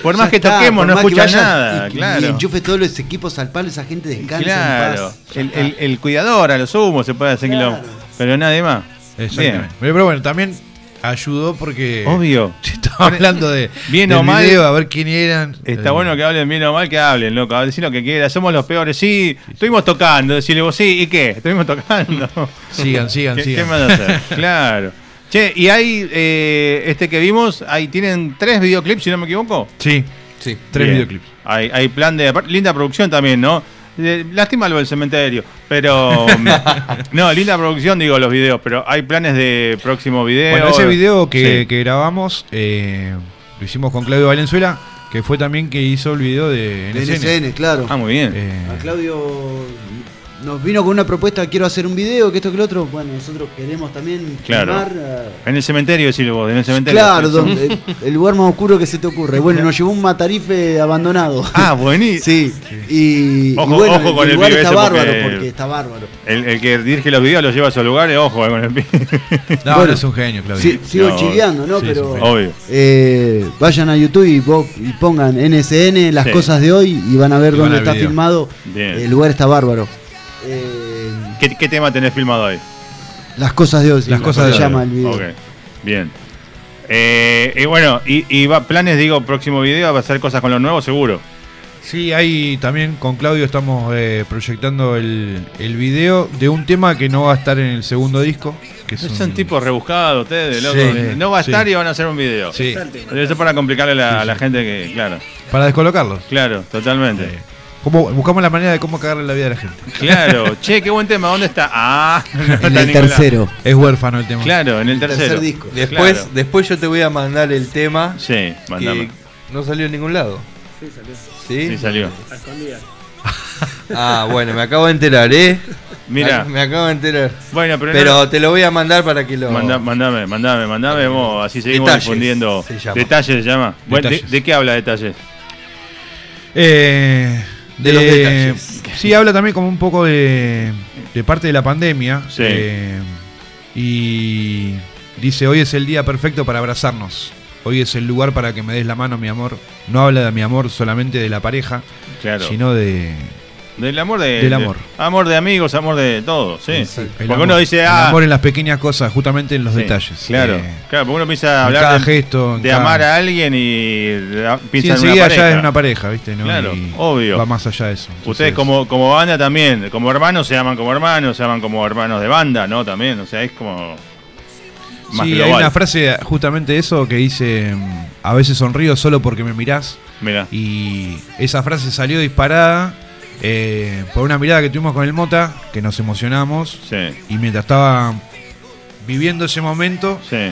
Por
ya
más que
está,
toquemos,
por
no
más que
escucha
vayas
nada.
y- Y
claro.
enchufes todos los equipos al palo, esa gente descansa en
Claro.
paz. Ya
El,
está.
el- el cuidador a los humos se puede hacer
Claro.
quilombo. Pero nadie más.
Exactamente.
Bien.
Pero, pero bueno, también ayudó porque.
Obvio.
Estaba hablando de.
Bien
del
o mal,
video, a ver quién eran.
Está
Eh,
bueno que hablen bien o mal, que hablen, loco. Decir lo que quieran. Somos los peores. Sí, estuvimos tocando. Decirle vos, sí, ¿y qué? Estuvimos tocando.
Sigan, sigan,
¿Qué, qué
sigan.
más hacer? Claro. Che, y hay eh, este que vimos, ahí tienen tres videoclips, si no me equivoco.
Sí,
Sí.
tres
Bien.
videoclips.
Hay, hay plan de. aparte, Linda producción también, ¿no? Eh, Lástima lo del cementerio, pero. mm, no, linda producción, digo, los videos, pero hay planes de próximo video.
Bueno, ese video que,
Eh, Sí.
que grabamos eh, lo hicimos con Claudio Valenzuela, que fue también que hizo el video de
De
NSN.
NSN, Eh, claro.
Ah, muy bien.
Eh,
A Claudio nos vino con una propuesta, quiero hacer un video, que esto que lo otro. Bueno, nosotros queremos también
Claro.
filmar, eh,
En el cementerio, decirlo vos, en el cementerio.
Claro, donde- el lugar más oscuro que se te ocurre. Bueno, nos llevó un matarife abandonado.
Ah, buenísimo.
Sí, y, y
Ojo-
bueno,
ojo con el
lugar
pibe
está
ese
bárbaro
porque-
porque está bárbaro.
El, el que dirige los videos los lleva a esos lugares, ojo eh, con el pibe.
No,
Bueno.
no es un genio, Claudio.
Sí, sigo
no,
chiviando, ¿no?
sí,
Pero
sí,
Obvio.
eh, vayan a YouTube y, po- y pongan NSN, las
Sí.
cosas de hoy, y van a ver
Y van
dónde
al
está
video.
filmado.
Bien.
El lugar está bárbaro. Eh,
¿Qué, qué tema tenés filmado ahí?
las cosas de hoy. sí,
Las cosas
se
de hoy.
llama el video.
Ok, bien. Eh, y bueno, y, y va, planes, digo, próximo video, va a hacer cosas con lo nuevo, seguro.
Sí, ahí también con Claudio estamos eh, proyectando el, el video de un tema que no va a estar en el segundo disco. Que es,
Son
un-
tipos rebuscados ustedes, loco.
Sí,
no va a
sí.
estar y van a hacer un video.
Sí,
Eso para complicarle a la, a la gente que, claro,
para descolocarlos.
claro, totalmente.
Eh, ¿cómo- buscamos la manera de cómo cagarle la vida a la gente.
Claro, che, qué bé buen tema, ¿dónde está? Ah, no está
En el
Nicolás.
tercero.
Es huérfano el tema.
Claro, en el tercero.
tercer disco.
Después,
Claro.
después yo te voy a mandar el tema
Sí, mandame.
que no salió en ningún lado.
Sí, salió.
¿Sí?
Sí, salió.
A escondidas.
Ah, bueno, me acabo de enterar, ¿eh?
Mira,
Me acabo de enterar.
bueno, pero, no-
Pero te lo voy a mandar para que lo.
Manda- mandame, mandame, mandame vos, así seguimos
Detalles,
difundiendo.
se llama.
Detalles se llama. Bueno, ¿de-
Detalles.
¿de, qué habla detalles?
Eh,
De los detalles.
Sí, habla también como un poco de, de parte de la pandemia.
Sí.
Eh, y dice, hoy es el día perfecto para abrazarnos. Hoy es el lugar para que me des la mano, mi amor. No habla de mi amor solamente de la pareja,
Claro.
sino de...
del amor de,
del
de-
amor.
amor de amigos, amor de todo, sí.
Sí, el
Porque
amor.
uno dice,
El
ah,
amor en las pequeñas cosas, justamente en los
sí,
detalles.
Claro,
Eh,
claro, porque uno empieza a
en
hablar
cada
de,
gesto, en
de
cada-
amar a alguien y la-
sí,
piensa en una
enseguida ya
pareja.
es una pareja, ¿viste? ¿no?
Claro,
Y
obvio.
Va más allá de eso. Entonces,
Ustedes como, como banda también, como hermanos se aman como hermanos, se aman como hermanos de banda, ¿no? También, o sea, es como más
sí, hay
global.
una frase justamente eso que dice, mm, a veces sonrío solo porque me mirás.
Mirá.
Y esa frase salió disparada eh, por una mirada que tuvimos con el Mota, que nos emocionamos.
Sí,
Y mientras estaba viviendo ese momento,
sí.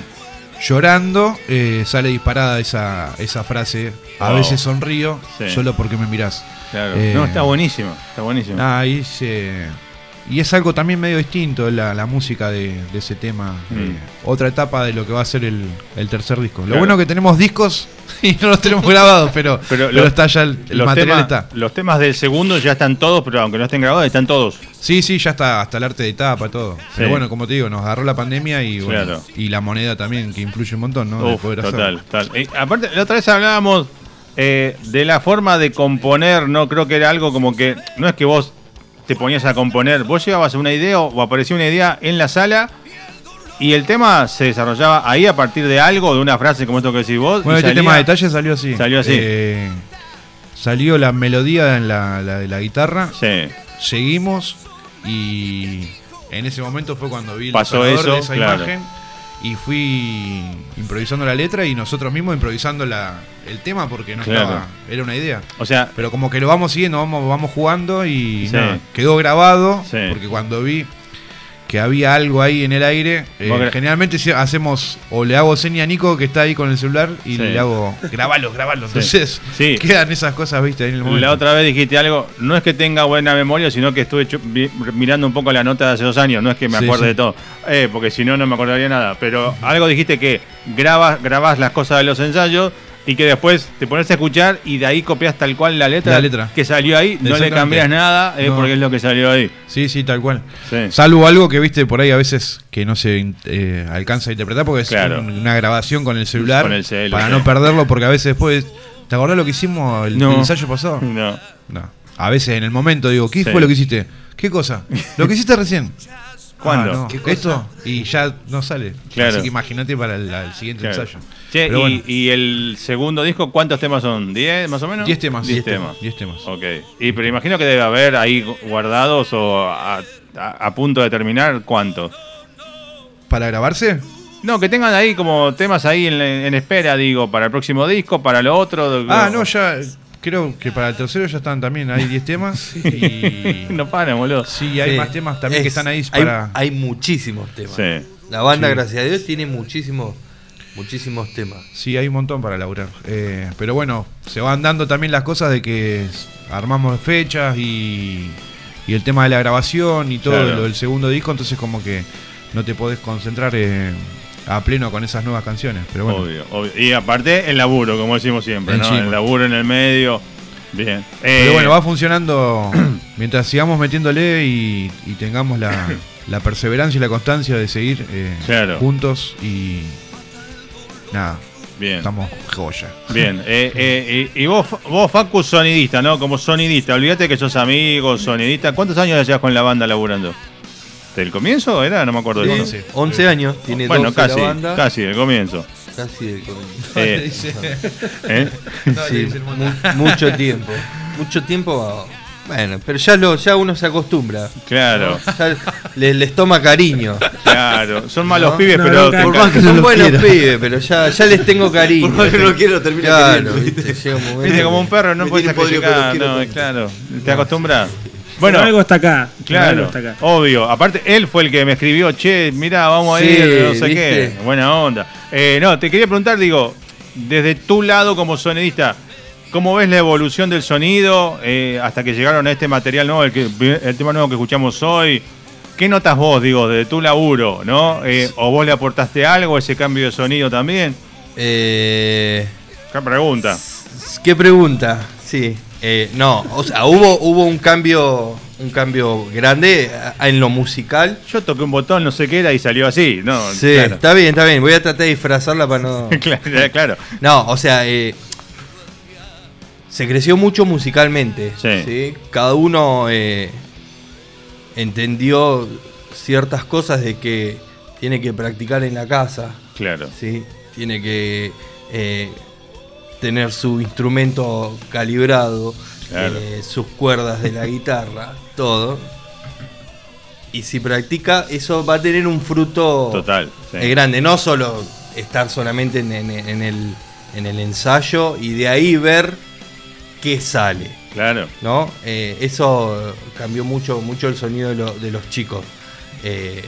llorando, eh, sale disparada esa, esa frase, a
Wow.
veces sonrío
Sí.
solo porque me mirás.
Claro.
Eh, Ah,
no, está buenísimo, está buenísimo.
Nah, y, se- y es algo también medio distinto la, la música de, de ese tema.
Mm.
eh, otra etapa de lo que va a ser el, el tercer disco. Lo
Claro.
bueno que tenemos discos y no los tenemos grabados, pero,
Pero
pero,
lo-
está ya el, el
los,
material
temas,
está.
los temas del segundo ya están todos, pero aunque no estén grabados, están todos.
Sí, sí, ya está hasta el arte de tapa, todo. Pero
Sí.
bueno, como te digo, nos agarró la pandemia y bueno,
Claro.
y la moneda también, que influye un montón, ¿no? De
Uf,
poder hacerlo.
total, total. Eh, aparte, la otra vez hablábamos eh, de la forma de componer, ¿no? Creo que era algo como que. No es que vos te ponías a componer, vos llegabas a una idea o aparecía una idea en la sala. Y el tema se desarrollaba ahí a partir de algo, de una frase como esto que decís vos.
Bueno,
y
este
salía-
tema de detalles salió así.
Salió así.
Eh, salió la melodía en la, la de la guitarra.
Sí,
seguimos y en ese momento fue cuando vi el
Pasó
disparador
eso,
de esa
claro.
imagen y fui improvisando la letra y nosotros mismos improvisando la, el tema porque no
Claro.
estaba, era una idea.
o sea,
Pero como que lo vamos siguiendo, vamos, vamos jugando y
Sí.
nada, quedó grabado
Sí.
porque cuando vi que había algo ahí en el aire, eh,
Vos cre-
generalmente si hacemos o le hago seña a Nico que está ahí con el celular y
Sí.
le hago grabalo, grabalo. Entonces
Sí.
quedan esas cosas, viste, ahí en el momento.
La otra vez dijiste algo, no es que tenga buena memoria, sino que estuve chu- vi- mirando un poco la nota de hace dos años, no es que me
Sí,
acuerde
sí.
de todo, Eh, porque si no, no me acordaría nada. Pero algo dijiste que grabas, grabás las cosas de los ensayos y que después te pones a escuchar y de ahí copias tal cual la letra,
La letra.
que salió ahí, no le
Exactamente.
cambias nada, eh,
No.
porque es lo que salió ahí.
Sí, sí, tal cual.
Sí.
Salvo algo que viste por ahí a veces que no se eh, alcanza a interpretar porque es
Claro.
un- una grabación con el celular
Con el celu,
para
sí.
no perderlo porque a veces después ¿te acordás lo que hicimos el,
No.
el ensayo pasado?
No.
No. A veces en el momento digo, ¿qué
Sí.
fue lo que hiciste? ¿Qué cosa? Lo que hiciste recién.
¿Cuándo?
Ah, no.
¿Qué
Esto y ya no sale.
Claro.
Así que imagínate para el, al siguiente
Claro.
ensayo.
Che, y,
Pero bueno,
y el segundo disco, ¿cuántos temas son? ¿10 más o menos?
10 temas.
10 temas. Oh.
10 temas.
Ok. Y pero imagino que debe haber ahí guardados o a, a- a punto de terminar cuántos.
¿Para grabarse?
No, que tengan ahí como temas ahí en, en espera, digo, para el próximo disco, para lo otro.
Ah, no, ya creo que para el tercero ya están también, hay 10 temas y
No paran, boludo.
sí, hay
Sí.
más temas también que
Es-
están ahí
hay-
para
Hay, muchísimos temas.
Sí.
La banda, gracias a Dios, tiene muchísimos, muchísimos temas.
Sí, hay un montón para laburar. Eh, pero bueno, se van dando también las cosas de que s- armamos fechas y, y el tema de la grabación y todo
Claro.
lo del segundo disco, entonces como que no te podés concentrar eh, a pleno con esas nuevas canciones. Pero bueno,
Obvio, obvio. Y aparte, el laburo, como decimos siempre, ¿no?
Encima.
El laburo en el medio. Bien. Eh,
Pero bueno, va funcionando mientras sigamos metiéndole y, y tengamos la, la perseverancia y la constancia de seguir eh,
Claro.
juntos y nada,
Bien.
estamos joya.
Bien, eh, eh, y, y vos, vos, Facu, sonidista, ¿no? Como sonidista, olvídate que sos amigo, sonidista. ¿Cuántos años llevas con la banda laburando? ¿Del comienzo era? No me acuerdo.
Sí,
bien.
11.
11 años, tiene
bueno,
12
casi,
la banda.
casi, del comienzo.
Casi de comienzo.
Eh, ¿eh?
Sí, mu- mucho tiempo. Mucho tiempo. va- Bueno, pero ya lo, ya uno se acostumbra.
Claro,
Ya le- les toma cariño.
claro. Son malos
No,
pibes,
no,
pero
no,
te
claro.
encan-
que no
Son
los
buenos
quiera.
pibes, pero ya, ya les tengo cariño.
Por más que no lo quiera, lo termina
Claro,
queriendo, ¿viste?
viste, llega un momento
Viste, como un
que-
perro, no
Me
puedes
tiene podrido, pero
sacrificar.
quiero
No,
tanto.
claro, te acostumbras.
Bueno,
Bueno,
algo está acá. por Algo
Claro,
está acá.
obvio. Aparte, él fue el que me escribió, che, mirá, vamos a
Sí,
ir, no sé
¿viste?
qué. Buena onda. Eh, no, te quería preguntar, digo, desde tu lado como sonidista, ¿cómo ves la evolución del sonido eh, hasta que llegaron a este material nuevo, el, que- el tema nuevo que escuchamos hoy? ¿Qué notas vos, digo, de tu laburo, no? Eh, ¿O vos le aportaste algo a ese cambio de sonido también?
Eh,
¿Qué pregunta?
¿Qué pregunta? Sí. eh, no, o sea, hubo, hubo un cambio un cambio grande a- en lo musical.
Yo toqué un botón, no sé qué era, y salió así, ¿no?
Sí,
Claro.
está bien, está bien. Voy a tratar de disfrazarla para no.
claro, claro.
No, o sea, eh, se creció mucho musicalmente.
Sí.
Cada uno eh, entendió ciertas cosas de que tiene que practicar en la casa.
claro.
¿sí? Tiene que eh, tener su instrumento calibrado,
Claro.
eh, sus cuerdas de la guitarra, todo. Y si practica, eso va a tener un fruto
Total, sí.
eh, grande. No solo estar solamente en, en- en el, en el ensayo y de ahí ver qué sale.
Claro.
¿no? Eh, eso cambió mucho, mucho el sonido de, lo- de los chicos. Eh,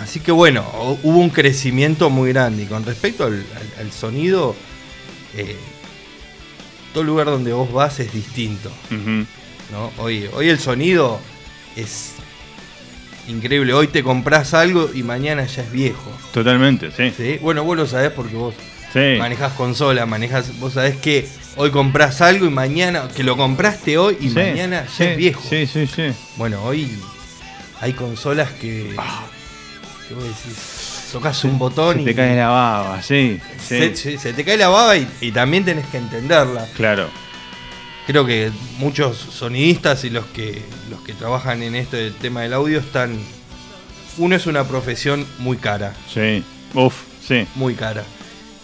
así que bueno, hu- hubo un crecimiento muy grande. Y con respecto al, al- al sonido, eh, todo lugar donde vos vas es distinto.
Ujú.
¿no? Hoy, hoy el sonido es increíble. Hoy te compras algo y mañana ya es viejo.
Totalmente, sí. Sí.
¿sí? Bueno, vos lo sabés porque vos manejas consola, manejas, vos sabés que hoy compras algo y mañana, que lo compraste hoy y
Sí,
mañana ya
sí,
es viejo.
Sí, sí, sí.
Bueno, hoy hay consolas que. ¿Qué vos decís? Tocas un botón
Se
y.
te cae la baba, sí. sí.
se, se- se te cae la baba y, y también tenés que entenderla.
Claro,
Creo que muchos sonidistas y los que, los que trabajan en esto del tema del audio están. Uno es una profesión muy cara,
sí. Uf, sí.
muy cara.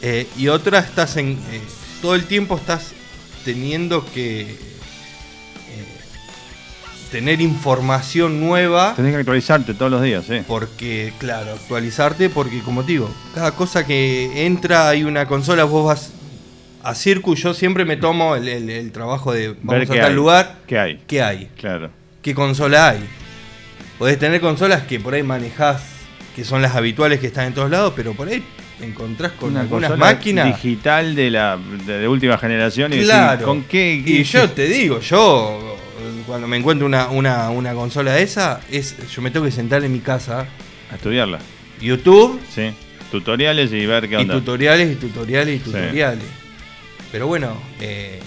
Eh, y otra estás en. eh, todo el tiempo estás teniendo que. eh, tener información nueva.
Tenés que actualizarte todos los días, sí.
Porque, claro, actualizarte, porque como te digo, cada cosa que entra hay una consola, vos vas a Circu, yo siempre me tomo el, el- el trabajo de
Ver
vamos
qué
a tal
hay,
lugar,
¿Qué hay?
¿qué hay?
Claro,
¿Qué consola hay? Podés tener consolas que por ahí manejás, que son las habituales que están en todos lados, pero por ahí te encontrás con algunas
consola
máquinas.
digital de la de, de última generación y decís,
Claro.
¿con qué?
Y yo te digo, yo eh, cuando me encuentro una, una, una consola de esa, es, yo me tengo que sentar en mi casa,
A estudiarla,
YouTube,
sí. Tutoriales y ver qué
Y
onda.
tutoriales y tutoriales y tutoriales. Pero bueno, eh,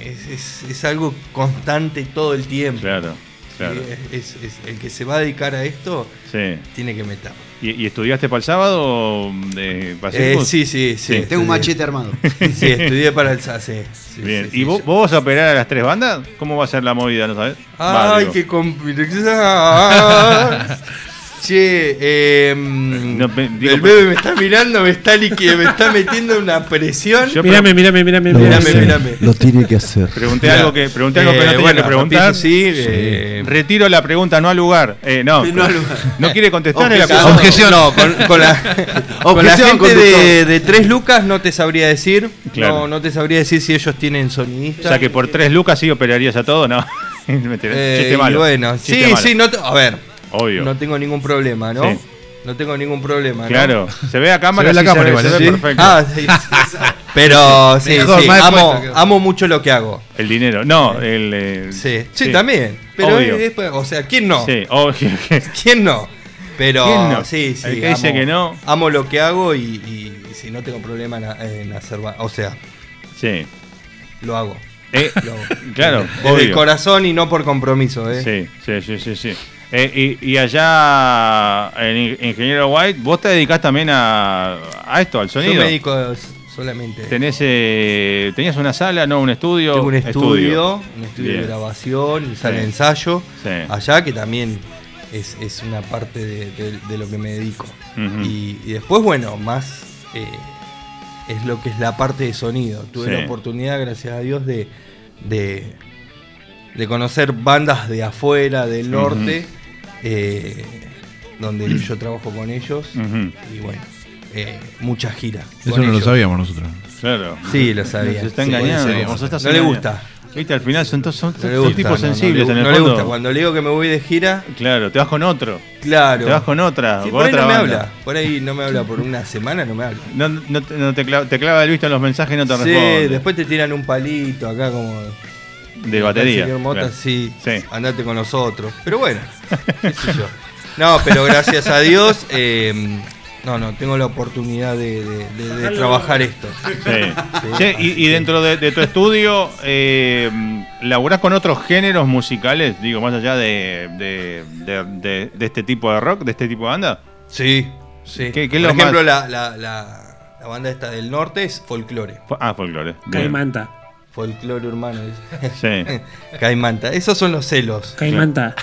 es, es- es algo constante todo el tiempo.
Claro, claro.
Sí, es- es- es- el que se va a dedicar a esto
Sí.
tiene que meter.
¿Y, y estudiaste para el sábado? Eh, para
Eh,
Circus?
sí, sí, sí.
Sí.
Tengo un
estudié-
machete armado.
Sí, estudié para el SACE. Sí,
Bien.
sí,
¿Y
sí,
vos,
yo-
vos vas a operar a las tres bandas? ¿Cómo va a ser la movida? ¿No sabes? Va,
¡Ay,
digo.
qué complejidad! che, eh,
No, pe- digo,
el bebé me está mirando, me está liqui- me está metiendo una presión.
Yo
Mírame, mírame, mírame,
Lo
mírame.
hace.
mírame.
mírame.
Lo tiene que hacer.
Pregunté algo que, pregunté algo
Eh,
que no tenía
bueno,
que preguntar.
Papizo, sí, eh,
Retiro la pregunta, no al lugar. Eh, no,
No al lugar.
no quiere contestar.
Objeción.
la pregunta.
Objeción. No, con, con la, con la
Objeción,
gente
conductor.
de, de tres lucas no te sabría decir.
Claro.
No, no te sabría decir si ellos tienen
O
sonidistas.
sea que eh, por tres lucas sí operarías a todo, no. Mentira,
Eh,
chiste
y
malo.
Bueno,
Chiste
sí,
malo.
sí, no te- a ver,
Obvio.
no tengo ningún problema, ¿no?
Sí.
No tengo ningún problema, ¿no?
claro. Se ve a cámara.
Se ve la
sí,
cámara
se ve,
igual,
se ve
sí.
perfecto.
Ah, sí. Pero sí,
Mejor,
sí,
más
amo,
puesto que-
amo mucho lo que hago.
El dinero. No, el. el-
Sí, sí, también. Pero
Obvio.
es- es- o sea, ¿quién no?
Sí, obvio que-
¿Quién no? Pero
¿Quién no?
sí, sí.
El que dice que no.
Amo lo que hago y, y, si no tengo problema en, en hacer. ba- O sea,
Sí.
lo hago.
Eh,
Lo hago.
claro,
Desde el
obvio.
corazón y no por compromiso, ¿eh?
Sí, sí, sí, sí. sí. Eh, y, y allá, el in- ingeniero White, vos te dedicás también a, a esto, al
Yo
sonido.
me dedico s- solamente.
Tenés, eh, tenías una sala, no, un estudio.
Tengo un estudio, un estudio
Bien.
de grabación, y sala de
Sí.
ensayo.
Sí.
Allá que también es, es una parte de, de- de lo que me dedico.
Ujú.
y, y después, bueno, más eh, es lo que es la parte de sonido. Tuve
Sí.
la oportunidad, gracias a Dios, de, de, de conocer bandas de afuera, del
Ujú.
norte, eh, donde yo trabajo con ellos.
Ujú,
Y bueno, eh, mucha gira.
Eso
con
no lo
ellos.
sabíamos nosotros.
Claro.
Sí, lo sabía.
Se está
Sí,
engañando.
sí.
vos estás
No le
engañando.
gusta.
Viste, al final son, todos- son,
No le
son
gusta,
tipos
no, no
sensibles
le-
en el
no
fondo.
le gusta. Cuando le digo que me voy de gira,
Claro, te vas con otro.
claro.
Te vas con otra.
Sí,
con
por ahí
otra
no me
banda.
habla. Por ahí no me habla por una semana, no me habla.
No, no te, no te clava, te clava el visto en los mensajes y no te
sí,
responde.
después te tiran un palito acá como.
De batería.
El señor Mota,
claro.
sí,
Sí.
Andate con nosotros. Pero bueno, qué sé yo. No, pero gracias a Dios. eh, no, no, tengo la oportunidad de, de- de- de trabajar esto.
Sí.
Sí.
Che, y, y dentro de, de tu estudio, eh, ¿laburás con otros géneros musicales? Digo, más allá de, de, de- de- de este tipo de rock, de este tipo de banda.
Sí, sí.
¿Qué- qué es
por
lo más-
ejemplo, la, la- la- la banda esta del norte es folclore.
Fo- Ah, folclore. Bien.
Caimanta.
Folclore urbano. dice.
Sí.
Caimanta. Esos son los celos.
Caimanta.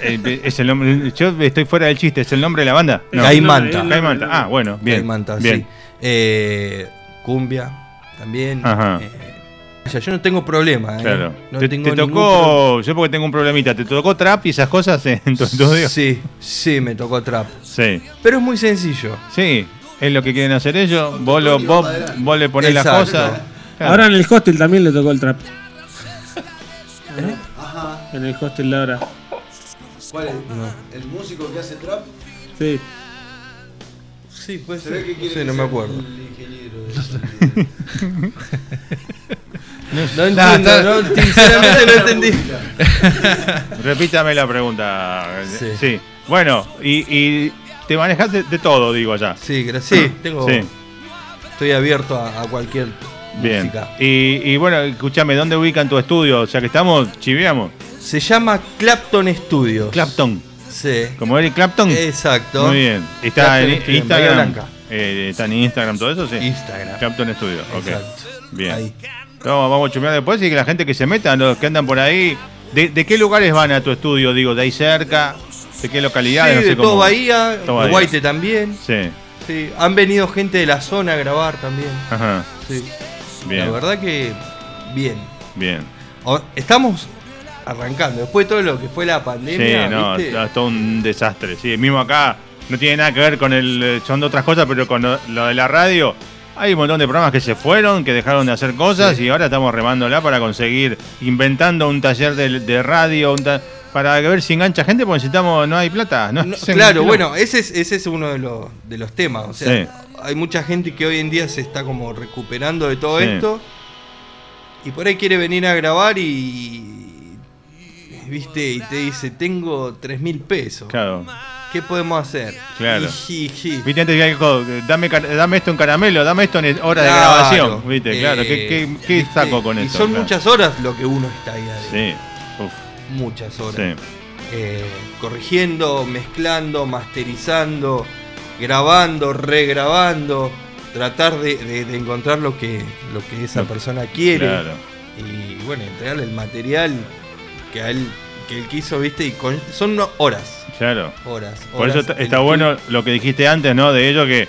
Eh, es el nombre. Yo estoy fuera del chiste, ¿es el nombre de la banda?
No.
Caimanta.
No, no, no.
Caimanta. Ah, bueno, bien.
Caimanta,
bien.
sí. Eh, cumbia también.
Ajá.
Eh, o sea, yo no tengo problema. ¿eh?
Claro.
No
te,
tengo
te
ningún pro-
tocó. Yo porque tengo un problemita. ¿Te tocó trap y esas cosas en tu estudio?
Sí, sí, me tocó trap.
Sí.
Pero es muy sencillo.
Sí, es lo que quieren hacer ellos. Vos, lo- vos- vos le ponés las
Exacto.
cosas. Claro.
Ahora en el hostel también le tocó el trap. En el hostel de ahora.
¿Cuál es? ¿El músico que hace trap?
Sí.
Sí, puede ser. Sí, no me acuerdo. No
Nah,
entiendo,
está-
no, sinceramente no entendí.
repítame la pregunta. Sí.
Sí.
Bueno, y, y te manejas de, de todo, digo allá.
Sí, gracias. Sí, tengo,
Sí,
estoy abierto a, a cualquier
bien.
música.
Y, y bueno, escúchame, ¿dónde ubican tu estudio? O sea que estamos, chiveamos.
Se llama Clapton Studios.
Clapton,
Sí.
como Eric Clapton.
Exacto.
Muy bien. Está en
Clapton Studio, en Bahía
Instagram.
Blanca.
Eh, ¿Está en Instagram todo eso? Sí.
Instagram.
Clapton Studio, ok.
Exacto.
Bien.
Ahí.
No, vamos a chumear después y que la gente que se meta, los que andan por ahí. ¿De, de qué lugares van a tu estudio? Digo, de ahí cerca, de qué localidades.
sí,
no sé
de
cómo.
todo Bahía,
Todo Bahía.
de Guaite también.
Sí,
Sí, han venido gente de la zona a grabar también.
ajá.
Sí. La
Bien,
verdad que bien.
bien.
Ahora, Estamos arrancando. Después de todo lo que fue la
Sí,
pandemia,
no,
¿viste?
es todo un desastre. Sí, mismo acá no tiene nada que ver con el. eh, Son de otras cosas, pero con lo, lo de la radio. Hay un montón de programas que se fueron, que dejaron de hacer cosas y ahora estamos remándola para conseguir, inventando un taller de, de radio, un ta- para ver si engancha gente, porque necesitamos, no hay plata. No,
No,
Se-
claro,
no.
bueno, ese es, ese es uno de los, de los temas. O sea,
Sí.
hay mucha gente que hoy en día se está como recuperando de todo
Sí.
esto. Y por ahí quiere venir a grabar y. ¿Viste? Y te dice, tengo tres mil pesos.
Claro.
¿Qué podemos hacer?
Claro.
Y, y, y.
Viste, antes que algo, dame, car- dame esto en caramelo, dame esto en hora de
Claro,
grabación. Viste,
eh,
claro, ¿qué, qué, qué
viste,
saco con
y
eso?
Son
Claro.
muchas horas lo que uno está ahí adentro.
Sí, uf,
Muchas horas.
sí,
Eh, corrigiendo, mezclando, masterizando, grabando, regrabando. Tratar de, de- de encontrar lo que, lo que esa
Lo-
persona quiere.
claro.
Y bueno, entregarle el material que, a él, que él quiso, ¿viste? Y con- son no- horas.
Claro.
Horas.
Por eso
horas
está,
del
está
estudio.
bueno lo que dijiste antes, ¿no? De ello que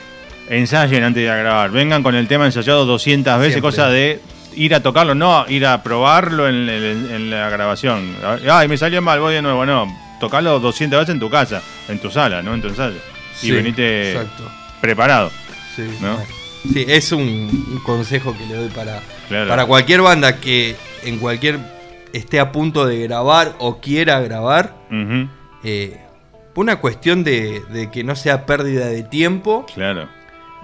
ensayen antes de ir a grabar. Vengan con el tema ensayado 200 veces,
Siempre.
cosa de ir a tocarlo, no ir a probarlo en, en- en la grabación. Ay, me salió mal, voy de nuevo. No, tocarlo 200 veces en tu casa, en tu sala, no en tu ensayo. Y
Sí,
venite
Exacto.
preparado.
Sí,
¿No?
bueno. Sí, es un, un consejo que le doy para,
Claro.
para cualquier banda que en cualquier esté a punto de grabar o quiera grabar.
Ujú,
eh, por una cuestión de, de que no sea pérdida de tiempo
claro.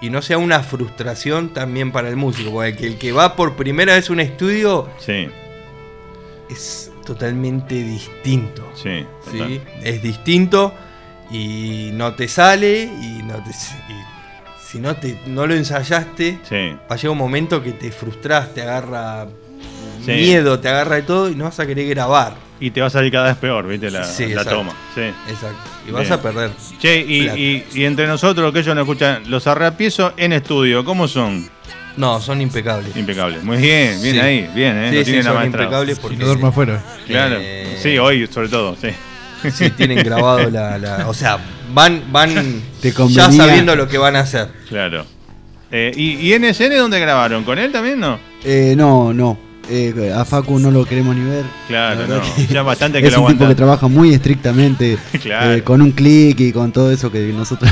y no sea una frustración también para el músico. Porque el que, el que va por primera vez a un estudio
Sí,
es totalmente distinto.
sí. total.
¿sí? Es distinto y no te sale y no te. y si no, te, no lo ensayaste,
Sí.
va a llegar un momento que te frustras, te agarra
Sí.
miedo, te agarra de todo y no vas a querer grabar.
Y te va a salir cada vez peor, ¿viste? La,
Sí,
la
exacto.
toma. Sí.
Exacto. Y vas
Bien.
a perder.
Che, y,
Plata.
y- y entre nosotros, que ellos no escuchan, los arrapiezos en estudio, ¿cómo son?
No, son impecables.
Impecables. Muy bien, bien
Sí.
ahí, bien, ¿eh?
Sí,
Lo
sí,
tienen
son
amaestrado.
impecables
Y
porque
no duerma afuera.
Claro.
Eh,
Sí, hoy sobre todo, sí.
sí, tienen grabado la, la- O sea, van, van
Te
ya
convenía.
sabiendo lo que van a hacer.
Claro. Eh, ¿y, ¿Y NSN dónde grabaron? ¿Con él también no?
Eh, no, no. Eh, a Facu no lo queremos ni ver.
Claro,
La verdad
no.
que
Ya bastante que
Es
lo
un tipo que
aguantan.
trabaja muy estrictamente,
Claro.
eh, con un clic y con todo eso que nosotros.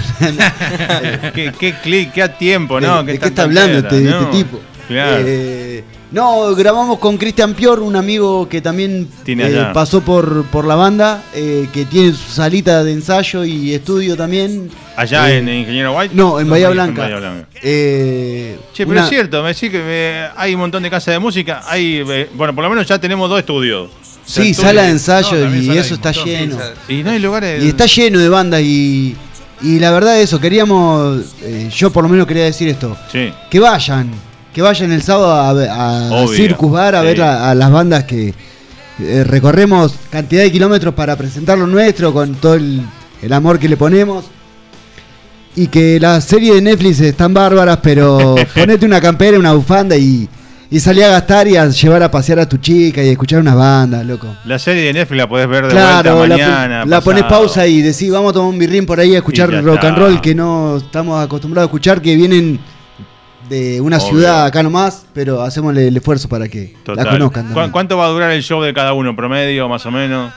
¿Qué, qué clic, qué a tiempo, ¿no?
¿De, de
¿Qué
qué
tanta
está hablando
mierda,
este,
no?
este tipo?
Claro.
Eh, no, grabamos con Cristian Pior, un amigo que también
Tiene
eh,
allá.
pasó por, por la banda, eh, que tiene su salita de ensayo y estudio también.
Allá
eh,
en Ingeniero White.
No, en Bahía
ahí,
Blanca.
Bahía Blanca.
Eh,
Che, pero
una-
es cierto, me decís que eh, hay un montón de casas de música. Hay, eh, bueno, por lo menos ya tenemos dos estudios.
Sí,
Estudio.
sala de ensayo
No, también
y
sala
eso
de
está
montón.
lleno.
Y no hay lugares.
Y está lleno de bandas y, y la verdad eso, queríamos, eh, yo por lo menos quería decir esto,
Sí,
que vayan, que vayan el sábado a, ver- a
Obvio,
Circus Bar a
sí.
ver a, a las bandas que eh, recorremos cantidad de kilómetros para presentar lo nuestro con todo el, el amor que le ponemos. Y que las series de Netflix están bárbaras, pero ponete una campera, una bufanda y, y salí a gastar y a llevar a pasear a tu chica y escuchar unas bandas, loco.
la serie de Netflix la podés ver de
Claro,
vuelta
la,
mañana.
la pones
pasado.
pausa y decís, vamos a tomar un birrín por ahí a escuchar
Y ya
rock and
está.
roll que no estamos acostumbrados a escuchar, que vienen de una
Obvio.
ciudad acá nomás, pero hacemos el esfuerzo para que
Total.
la conozcan.
¿Cu-
también.
¿Cuánto va a durar el show de cada uno? ¿Promedio, más o menos?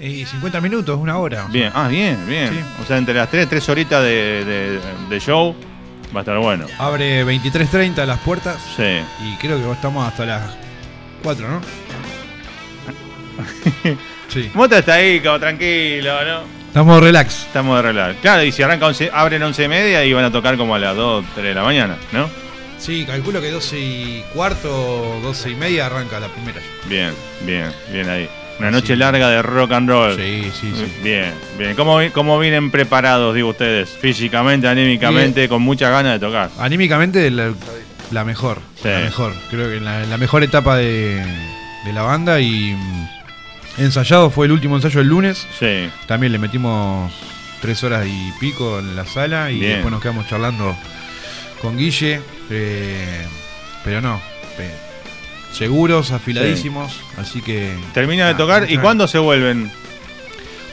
Y 50 minutos, una hora.
Bien, ah, bien, bien.
Sí.
O sea, entre las tres, tres horitas de, de- de show va a estar bueno.
Abre 23.30 las puertas
Sí.
y creo que estamos hasta las 4, ¿no? Sí.
Mota está ahí, como tranquilo, ¿no?
Estamos relax.
Estamos de relax. Claro, y si arranca 11, abren once y media y van a tocar como a las 2, 3 de la mañana, ¿no?
Sí, calculo que 12 y cuarto, 12 y media arranca la primera.
Bien, bien, bien ahí. Una
Así
noche
es.
larga de rock and roll.
Sí, sí, sí.
Bien, bien. ¿Cómo, vi- cómo vienen preparados, digo ustedes? Físicamente, anímicamente, con muchas ganas de tocar.
Anímicamente la, la mejor.
Sí.
La mejor. Creo que la, la mejor etapa de, de la banda y mm, ensayado fue el último ensayo el lunes.
Sí,
También le metimos tres horas y pico en la sala y
Bien.
después nos quedamos charlando con Guille. eh, pero no, eh, seguros, afiladísimos. Así que.
termina de
Ah,
tocar. ¿Y
claro.
cuándo se vuelven?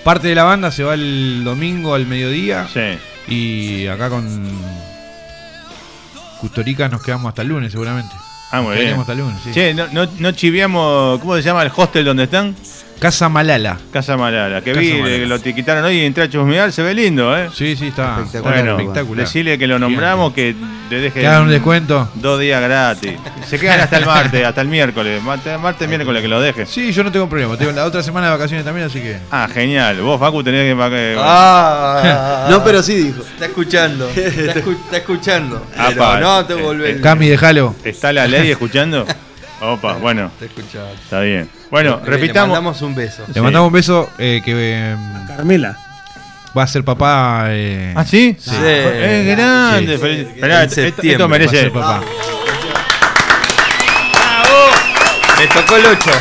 Parte de la banda se va el domingo al mediodía
Sí,
y acá con Custoricas nos quedamos hasta el lunes seguramente.
ah, muy
Nos
bien.
quedaremos hasta el lunes, sí.
Che, no, no, no chiviamos, ¿cómo se llama el hostel donde están?
Casa Malala.
Casa Malala, que
Casa
vi,
Malala.
eh, lo tiquitaron hoy y entré a chusmear, se ve lindo, ¿eh?
Sí, sí, está está
Espectacular.
espectacular.
Bueno, Decirle que lo nombramos, que te deje
Te dan un descuento.
dos días gratis. Se quedan hasta el martes, hasta el miércoles. Marte- Martes, miércoles que lo dejes.
Sí, yo no tengo problema. Tengo la otra semana de vacaciones también, así que.
Ah, genial. Vos, Facu, tenés que... eh, pa- que-
Ah,
No, pero sí dijo. Este-
Está escuchando, está, escu- está escuchando.
Ah,
Pero
pa,
no, te
eh,
volvés.
Cami, déjalo.
¿Está la ley escuchando? Opa, bueno,
Está escuchando.
está bien. Bueno,
Le- Le
repitamos.
mandamos un beso.
Le
Sí.
mandamos un beso eh, que eh,
Carmela.
va a ser papá. eh,
¿Ah, sí?
Sí.
Es grande.
Sí.
feliz- Esperá,
En
esto- esto,
septiembre
va a
merece...
ser papá.
Me tocó el 8.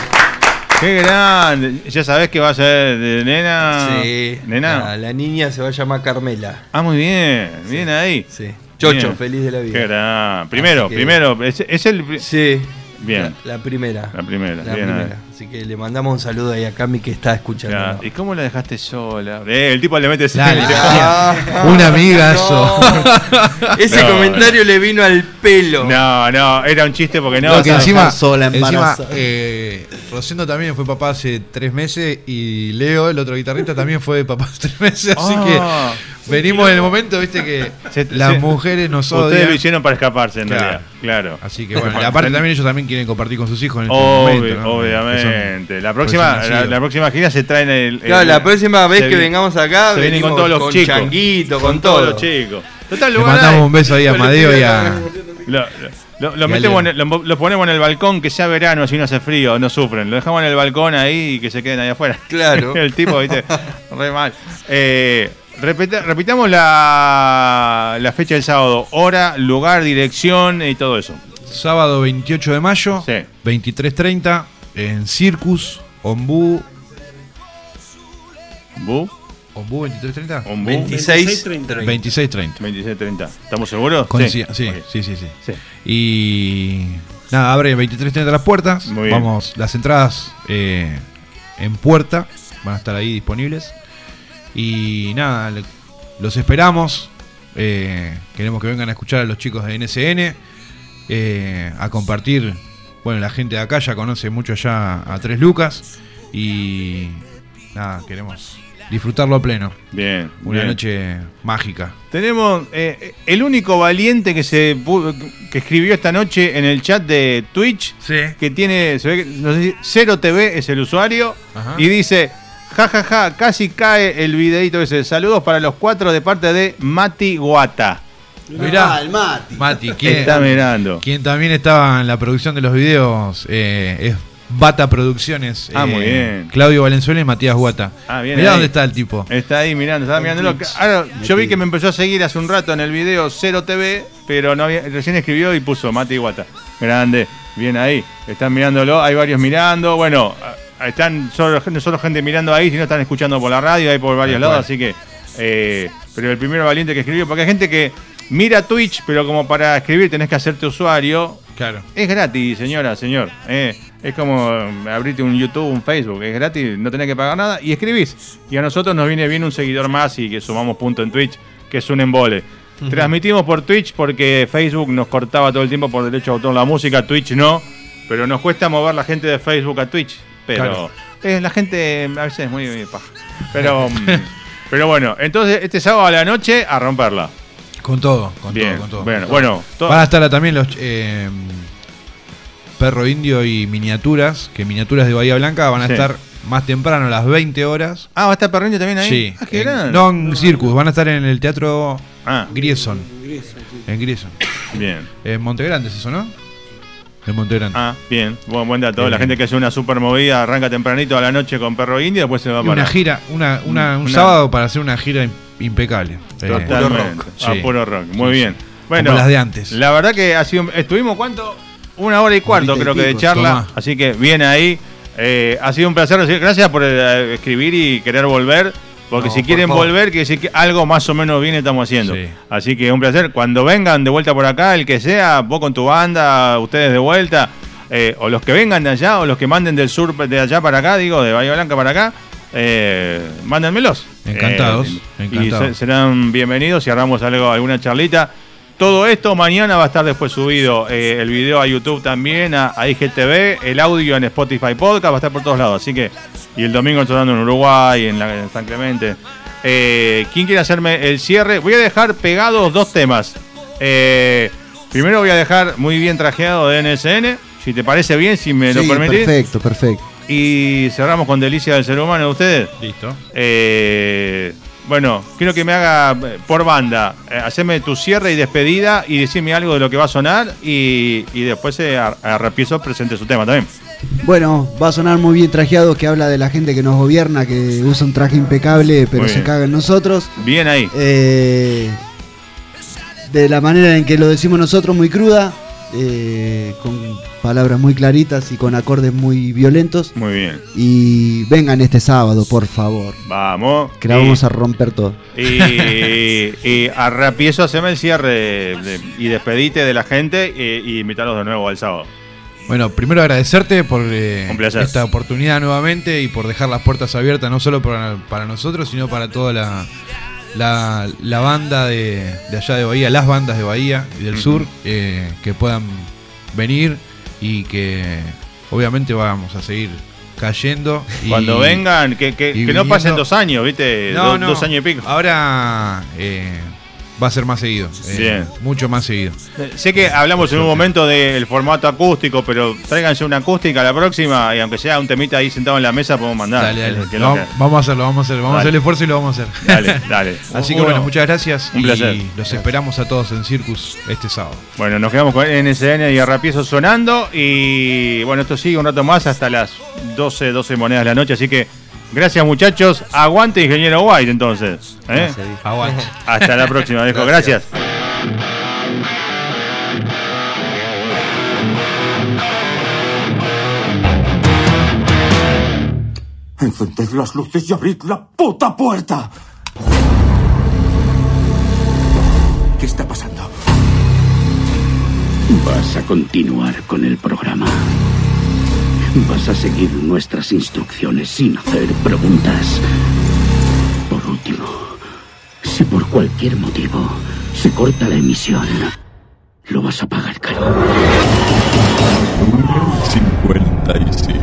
¡Qué grande! ¿Ya sabés que va a ser de nena? Ah, ¿Nena?
La, la niña se va a llamar Carmela.
Ah, muy bien. Bien ahí.
Sí. Chocho,
Bien.
feliz de la
Qué
vida.
gran. Primero,
Así que-
primero. Es, es el. pri-
Sí.
Bien.
La, la primera.
La primera,
La
bien, eh.
primera. Así que le mandamos un saludo ahí a Cami que está escuchando.
Ya, ¿Y cómo la dejaste sola? Eh, el tipo le mete
Dale,
sal.
Ah,
Un amigazo.
no. Ese
No.
comentario le vino al pelo.
No, no, era un chiste porque no.
No, que
o sea,
encima,
sola,
encima
embarazada.
eh, Rosendo también fue papá hace tres meses y Leo, el otro guitarrista, también fue papá hace tres meses. Así
Ah.
que venimos en el momento, viste, que
Se-
las
se-
mujeres nos
Ustedes
odian.
lo hicieron para escaparse en
Claro.
realidad. Claro.
Así que bueno, y aparte también ellos también quieren compartir con sus hijos en este
Obvi-
momento. ¿no? Que
Obviamente.
son
La próxima,
recién
la,
nacidos.
la próxima gira se traen el.
Claro,
el-
la próxima vez
eh, se
que
vi-
vengamos acá,
se vienen con
venimos
todos los
con
chicos.
changuito, con
todos
todo.
los chicos. Total,
Le
lo van a-
mandamos un beso ahí a Amadeo y a.
Lo, lo- lo- lo
Y
metemos en
Ale.
el- lo, lo ponemos en el balcón, que sea verano, así no hace frío, no sufren. Lo dejamos en el balcón ahí y que se queden ahí afuera.
Claro.
el tipo, viste, re mal. Eh, repita- repitamos la, la fecha del sábado. Hora, lugar, dirección y todo eso.
Sábado 28 de mayo,
Sí.
23.30, en Circus, Ombú.
Bu,
¿Ombú 23.30?
un bu,
26,
26-30.
26.30.
27.30. ¿Estamos seguros?
Con- sí, sí,
Ok.
sí, sí, sí.
Sí.
Y nada, abre 23.30 las puertas.
Muy bien.
Vamos, las entradas eh, en puerta van a estar ahí disponibles. Y nada, le- los esperamos. Eh, queremos que vengan a escuchar a los chicos de NSN. eh, a compartir. Bueno, la gente de acá ya conoce mucho ya a Tres Lucas. Y nada, queremos disfrutarlo a pleno.
Bien.
Una
bien.
noche mágica.
Tenemos eh, el único valiente que se pu- que escribió esta noche en el chat de Twitch.
Sí.
que tiene, se ve que, no sé si- Cero TV es el usuario,
Ajá.
y dice, jajaja, ja, ja, casi cae el videito ese. Saludos para los cuatro de parte de Mati Guata.
Mirá.
Ah, el Mati.
Mati, ¿quién,
Está mirando.
quien también estaba en la producción de los videos eh, es Bata Producciones.
Ah,
eh,
muy bien.
Claudio Valenzuela y Matías Guata.
Ah, bien
Mirá
ahí. Eh.
dónde está el tipo.
Está ahí mirando, estaba mirando. Ahora, yo vi que me empezó a seguir hace un rato en el video Cero TV, pero no había, recién escribió y puso Mati Guata. Grande, bien ahí. Están mirándolo, hay varios mirando. Bueno, ah, están solo, no solo gente mirando ahí, sino están escuchando por la radio, hay por varios
Tal
lados,
cual.
así que. eh, pero el primero valiente que escribió, porque hay gente que mira Twitch, pero como para escribir tenés que hacerte usuario.
Claro.
Es gratis, señora, señor. Eh, es como eh, abrirte un YouTube, un Facebook. Es gratis, no tenés que pagar nada y escribís. Y a nosotros nos viene bien un seguidor más y que sumamos punto en Twitch, que es un embole. Transmitimos por Twitch porque Facebook nos cortaba todo el tiempo por derecho de autor la música, Twitch no. Pero nos cuesta mover la gente de Facebook a Twitch. Pero
Claro.
eh, la gente a veces es muy, muy paja. Pero, mm, pero bueno, entonces este sábado a la noche a romperla.
Con todo, con
Bien,
todo, con todo.
bueno, bueno. to-
Van a estar también los eh, Perro Indio y Miniaturas, que Miniaturas de Bahía Blanca van a
Sí.
estar más temprano, a las 20 horas.
Ah, va a estar Perriño también ahí.
Sí.
Ah, qué
en-
grande.
no, en Circus, van a estar en el Teatro
Ah,
Grierson. En Grierson.
bien.
En Montegrande es eso, ¿no? En Montegrande.
Ah, bien. Buen, buen dato. La
Bien.
gente que hace una super movida arranca tempranito a la noche con perro indio, después se va
Y
para.
una gira, una, una- un
Una-
sábado para hacer una gira im- impecable. Eh,
Totalmente.
rock.
A
Sí.
puro rock. Muy bien. Bueno,
las de antes.
La verdad que ha sido, un- estuvimos cuánto? Una hora y cuarto,
Horita y
creo que de
pico,
charla.
tomá.
Así que bien ahí. Eh, ha sido un placer. recibir- Gracias por eh, escribir y querer volver. Porque
No,
si
por
quieren
favor.
volver, quiere decir que algo más o menos bien estamos haciendo.
Sí.
Así que un placer. Cuando vengan de vuelta por acá, el que sea, vos con tu banda, ustedes de vuelta, eh, o los que vengan de allá, o los que manden del sur de allá para acá, digo, de Bahía Blanca para acá, eh, mándenmelos. Eh,
Encantados, encantados.
Y se- serán bienvenidos y hagamos algo, alguna charlita. Todo esto mañana va a estar después subido eh, el video a YouTube también, a, a IGTV, el audio en Spotify Podcast, va a estar por todos lados. Así que, y el domingo sonando en Uruguay, en, la- en San Clemente. Eh, ¿Quién quiere hacerme el cierre? Voy a dejar pegados dos temas. Eh, primero voy a dejar muy bien trajeado de NSN, si te parece bien, si me lo
Sí,
permitís.
perfecto, perfecto.
Y cerramos con Delicia del Ser Humano de ustedes.
Listo.
Eh, bueno, quiero que me haga eh, por banda, eh, haceme tu cierre y despedida y decirme algo de lo que va a sonar y, y después eh, a, a Rapiezo presente su tema también.
Bueno, va a sonar muy bien trajeado que habla de la gente que nos gobierna, que usa un traje impecable, pero
Muy
se
bien.
caga en nosotros.
Bien ahí.
Eh, de la manera en que lo decimos nosotros, muy cruda, eh, con palabras muy claritas y con acordes muy violentos.
Muy bien.
Y vengan este sábado, por favor,
Vamos.
que la vamos a romper todo.
Y, y- y a Rapiezo haceme el cierre de- y despedite de la gente eh, y invitarlos de nuevo al sábado.
Bueno, primero agradecerte por eh,
Un placer.
esta oportunidad nuevamente y por dejar las puertas abiertas no solo para, para nosotros, sino para toda la, la, la banda de, de allá de Bahía, las bandas de Bahía y del sur, eh, que puedan venir y que obviamente vamos a seguir cayendo. y-
Cuando vengan, que, que-
y
que no pasen
viniendo-
Eh, dos años, ¿viste?
No,
Do-
no.
Dos años y pico.
Ahora eh, va a ser más seguido. eh,
Bien.
Mucho más seguido.
Eh, Sé que hablamos en un momento del formato acústico, pero tráiganse una acústica a la próxima y aunque sea un temita ahí sentado en la mesa podemos mandar.
Dale, dale.
eh, Que
Lo
lo
vam- vamos a hacerlo, vamos a hacerlo. Vamos a hacer el
Dale.
esfuerzo y lo vamos a hacer.
que- dale, dale.
Así que
Uno-
bueno, muchas gracias.
Un
y
placer.
Los esperamos a todos en Circus este sábado.
Bueno, nos quedamos con NSN y Arrapiezo sonando y bueno, esto sigue un rato más hasta las 12, 12 monedas de la noche, así que gracias muchachos, aguante ingeniero White entonces. ¿eh?
Aguante.
Hasta la próxima, viejo, gracias.
Encended las luces y abrid la puta puerta. ¿Qué está pasando?
Vas a continuar con el programa. Vas a seguir nuestras instrucciones sin hacer preguntas. Por último, si por cualquier motivo se corta la emisión, lo vas a pagar caro.
57.